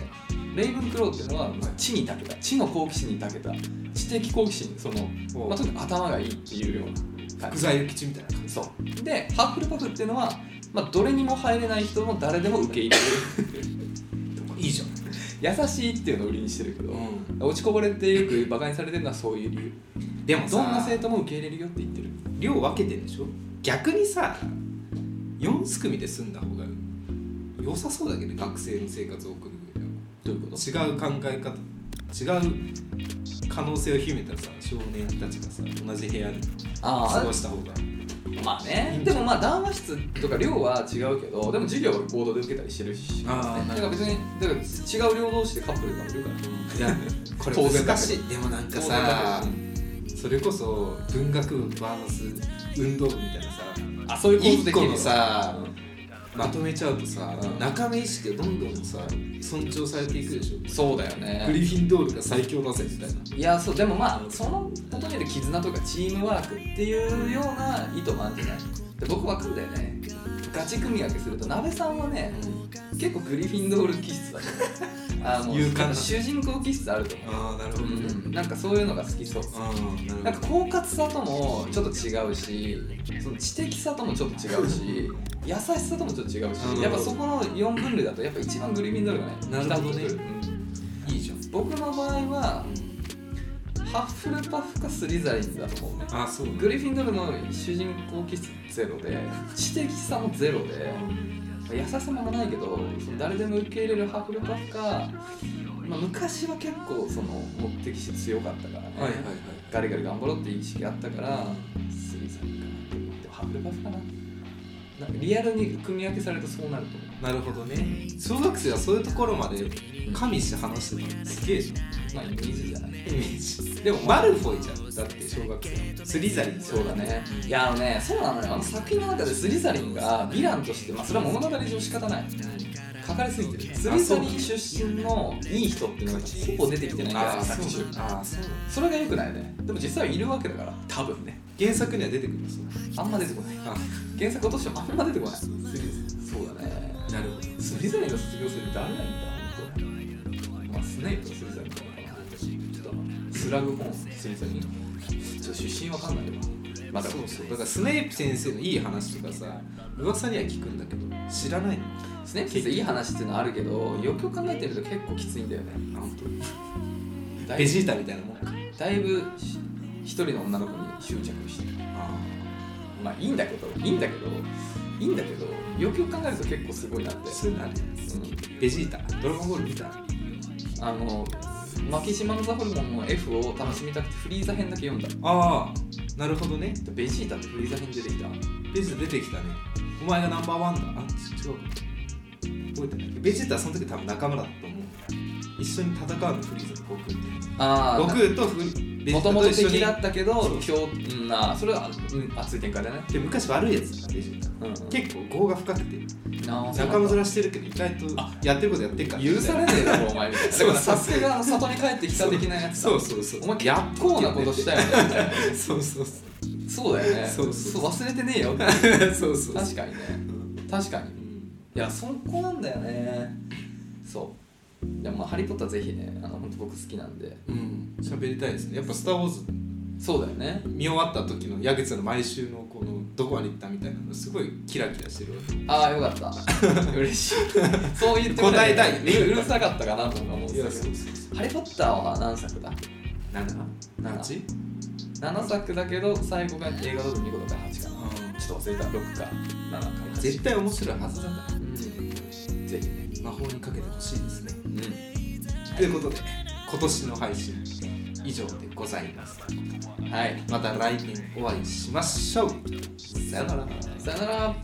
[SPEAKER 2] レイブンクローっていうのは知に長けた知の好奇心に長けた知的好奇心その、まあ、とにかく頭がいいっていうような感
[SPEAKER 1] 具
[SPEAKER 2] じ
[SPEAKER 1] 材を吉みたいな感じ
[SPEAKER 2] そうでハーフルパフっていうのは、まあ、どれにも入れない人も誰でも受け入れる
[SPEAKER 1] いいじゃん、
[SPEAKER 2] 優しいっていうのを売りにしてるけど、
[SPEAKER 1] う
[SPEAKER 2] 落ちこぼれってよくバカにされてるのはそういう理由
[SPEAKER 1] ん、でもさ
[SPEAKER 2] どんな生徒も受け入れるよって言ってる
[SPEAKER 1] 量分けてるでしょ逆にさ4組で住んだ方が良さそうだけど学生の生活を送る上では
[SPEAKER 2] どういうこ
[SPEAKER 1] 違
[SPEAKER 2] と
[SPEAKER 1] う考え方違う可能性を秘めたさ少年たちがさ同じ部屋で過
[SPEAKER 2] あ
[SPEAKER 1] ごした方が
[SPEAKER 2] あまあねでもまあ談話室とか寮は違うけどでも授業は合同で受けたりしてるし
[SPEAKER 1] あーな
[SPEAKER 2] だ
[SPEAKER 1] るほど
[SPEAKER 2] から別にだから違う寮同士でカップルがいるから
[SPEAKER 1] いやこれ
[SPEAKER 2] 当然だけど
[SPEAKER 1] 難しいでもなんかさそれこそ文学部 VS 運動部みたいなさ
[SPEAKER 2] あそういう構図
[SPEAKER 1] 一
[SPEAKER 2] でき
[SPEAKER 1] 個
[SPEAKER 2] る
[SPEAKER 1] のさ
[SPEAKER 2] うん
[SPEAKER 1] まとめちゃうとさ
[SPEAKER 2] うん
[SPEAKER 1] 仲間意識がどんどんさ尊重されていくでしょ
[SPEAKER 2] そうだよ
[SPEAKER 1] グ
[SPEAKER 2] ね
[SPEAKER 1] リフィンドールが最強だぜみたいない
[SPEAKER 2] やそうでもまあそのことによる絆とかチームワークっていうような意図もあるんじゃないで僕わかるんだよねガチ組み分けすると鍋さんはね結構グリフィンドール気質だねあの
[SPEAKER 1] 勇敢な
[SPEAKER 2] 主人公気質あると思
[SPEAKER 1] ああなるほ
[SPEAKER 2] う、うん、なんかそういうのが好きそう
[SPEAKER 1] ああ
[SPEAKER 2] な
[SPEAKER 1] なんる
[SPEAKER 2] か
[SPEAKER 1] ほ
[SPEAKER 2] 狡猾さともちょっと違うしその知的さともちょっと違うし優しさともちょっと違う
[SPEAKER 1] うん
[SPEAKER 2] しやっぱそこの4分類だとやっぱ一番グリフィンドールがね
[SPEAKER 1] なるほどね
[SPEAKER 2] ピタッとくうん
[SPEAKER 1] どいいじゃん
[SPEAKER 2] 僕の場合はハッフルパフかスリザリンだと思うね
[SPEAKER 1] ああそう
[SPEAKER 2] グリフィンドールの主人公気質ゼロで知的さもゼロで優しさもないけどその誰でも受け入れるハッフルパフか、まあ、昔は結構その目的心強かったからね、
[SPEAKER 1] はいはいはい
[SPEAKER 2] ガリガリ頑張ろうっていう意識あったから、スリザリンかなって思ってハブルバフかななんかリアルに組み分けされるとそうなると思
[SPEAKER 1] なるほどね小学生はそういうところまで加味して話してたのすげえじゃん
[SPEAKER 2] うまあイメージじゃない
[SPEAKER 1] イメージ
[SPEAKER 2] でも
[SPEAKER 1] マルフォイじゃんだって小学生スリザリン
[SPEAKER 2] そうだねいやあのねそうなのよあの作品の中でスリザリンがヴィランとしてまあそれは物語上仕方ない書かれすぎてる
[SPEAKER 1] あそ
[SPEAKER 2] 釣
[SPEAKER 1] う
[SPEAKER 2] り鳥出身のいい人っていうのがほぼ出てきてないから
[SPEAKER 1] あ
[SPEAKER 2] 作
[SPEAKER 1] そう
[SPEAKER 2] 中
[SPEAKER 1] あそう
[SPEAKER 2] それがよくないよねでも実際はいるわけだから多分ね
[SPEAKER 1] 原作には出てくるんですよ
[SPEAKER 2] あんま出てこない
[SPEAKER 1] あ
[SPEAKER 2] 原作としてもあんま出てこない釣りそうだね
[SPEAKER 1] なるほど
[SPEAKER 2] 釣り鳥の卒業生って誰なんだ本当まあスネイプの釣り鳥とかかなスラグホーン釣り鳥ちょっと出身わかんないよなまだ
[SPEAKER 1] そうそうだからスネイプ先生のいい話とかさ噂には聞くんだけど知らないの
[SPEAKER 2] スネイプ先生いい話っていうのはあるけどよくよく考えてみると結構きついんだよね
[SPEAKER 1] 本当
[SPEAKER 2] だい
[SPEAKER 1] ベ
[SPEAKER 2] ぶ
[SPEAKER 1] ジータみたいなもんか
[SPEAKER 2] だいぶし一人の女の子に執着してる
[SPEAKER 1] あ
[SPEAKER 2] まあいいんだけどいいんだけどいいんだけどよくよく考えると結構すごいなって
[SPEAKER 1] あそういうのあるよ
[SPEAKER 2] う
[SPEAKER 1] ベジータドラゴンボール見た
[SPEAKER 2] んあの牧島のザホルモンの F を楽しみたくてフリーザ編だけ読んだ
[SPEAKER 1] ああなるほどね
[SPEAKER 2] ベジータってフリーザ編出てきた
[SPEAKER 1] ベジータ出てきたねお前がナンバーワンだあ違う覚えてないベジータはその時多分仲間だと思う一緒に戦うのフリーザと悟空って
[SPEAKER 2] あ
[SPEAKER 1] 悟空とフリベジ
[SPEAKER 2] も
[SPEAKER 1] ータ
[SPEAKER 2] ともと
[SPEAKER 1] と一緒
[SPEAKER 2] 敵
[SPEAKER 1] に
[SPEAKER 2] だったけ
[SPEAKER 1] そ
[SPEAKER 2] ど
[SPEAKER 1] う
[SPEAKER 2] 今日うんあそれは、うん、熱い展開だね
[SPEAKER 1] で昔悪いやつだからベジータ
[SPEAKER 2] うん
[SPEAKER 1] 結構業が深くて
[SPEAKER 2] あーそう
[SPEAKER 1] 仲
[SPEAKER 2] なん
[SPEAKER 1] 間
[SPEAKER 2] だ
[SPEAKER 1] 面してるけど意外とやってることやってるから
[SPEAKER 2] 許されねえだろお前みたいな だ
[SPEAKER 1] そうそう
[SPEAKER 2] からサスケがあの里に帰ってきた的なやつだ
[SPEAKER 1] そうそうそう
[SPEAKER 2] お前やっこうなことしたよねみたいな
[SPEAKER 1] そうそうそう
[SPEAKER 2] そうだよね。
[SPEAKER 1] そうそう そう
[SPEAKER 2] 忘れてねえよ。
[SPEAKER 1] そうそう
[SPEAKER 2] 確かにね。確かに。いや、そこなんだよね。そう。いや、まあ、ハリー・ポッターぜひね、あの、本当僕好きなんで。
[SPEAKER 1] うん喋りたいですねやっぱ「スター・ウォーズ」
[SPEAKER 2] そうだよね。
[SPEAKER 1] 見終わった時の矢口さんの毎週のこのどこまで行ったみたいなのすごいキラキラしてるわけ
[SPEAKER 2] ああ、よか った。嬉しい。そう言ってもら
[SPEAKER 1] 答
[SPEAKER 2] え
[SPEAKER 1] えたいう
[SPEAKER 2] るうるさかったかなとか思ってたけど。
[SPEAKER 1] そうそう
[SPEAKER 2] ハリー・ポッターは何作だ
[SPEAKER 1] 7?8?
[SPEAKER 2] 7作だけど最後が映画だと2個だから8かな
[SPEAKER 1] う
[SPEAKER 2] ちょっと忘れた6か7か
[SPEAKER 1] ん絶対面白いはずだか
[SPEAKER 2] うんぜひね
[SPEAKER 1] ら魔法にかけてほしいですね
[SPEAKER 2] うん
[SPEAKER 1] ということで今年の配信以上でございます
[SPEAKER 2] はい
[SPEAKER 1] また来年お会いしましょうさよなら
[SPEAKER 2] さよなら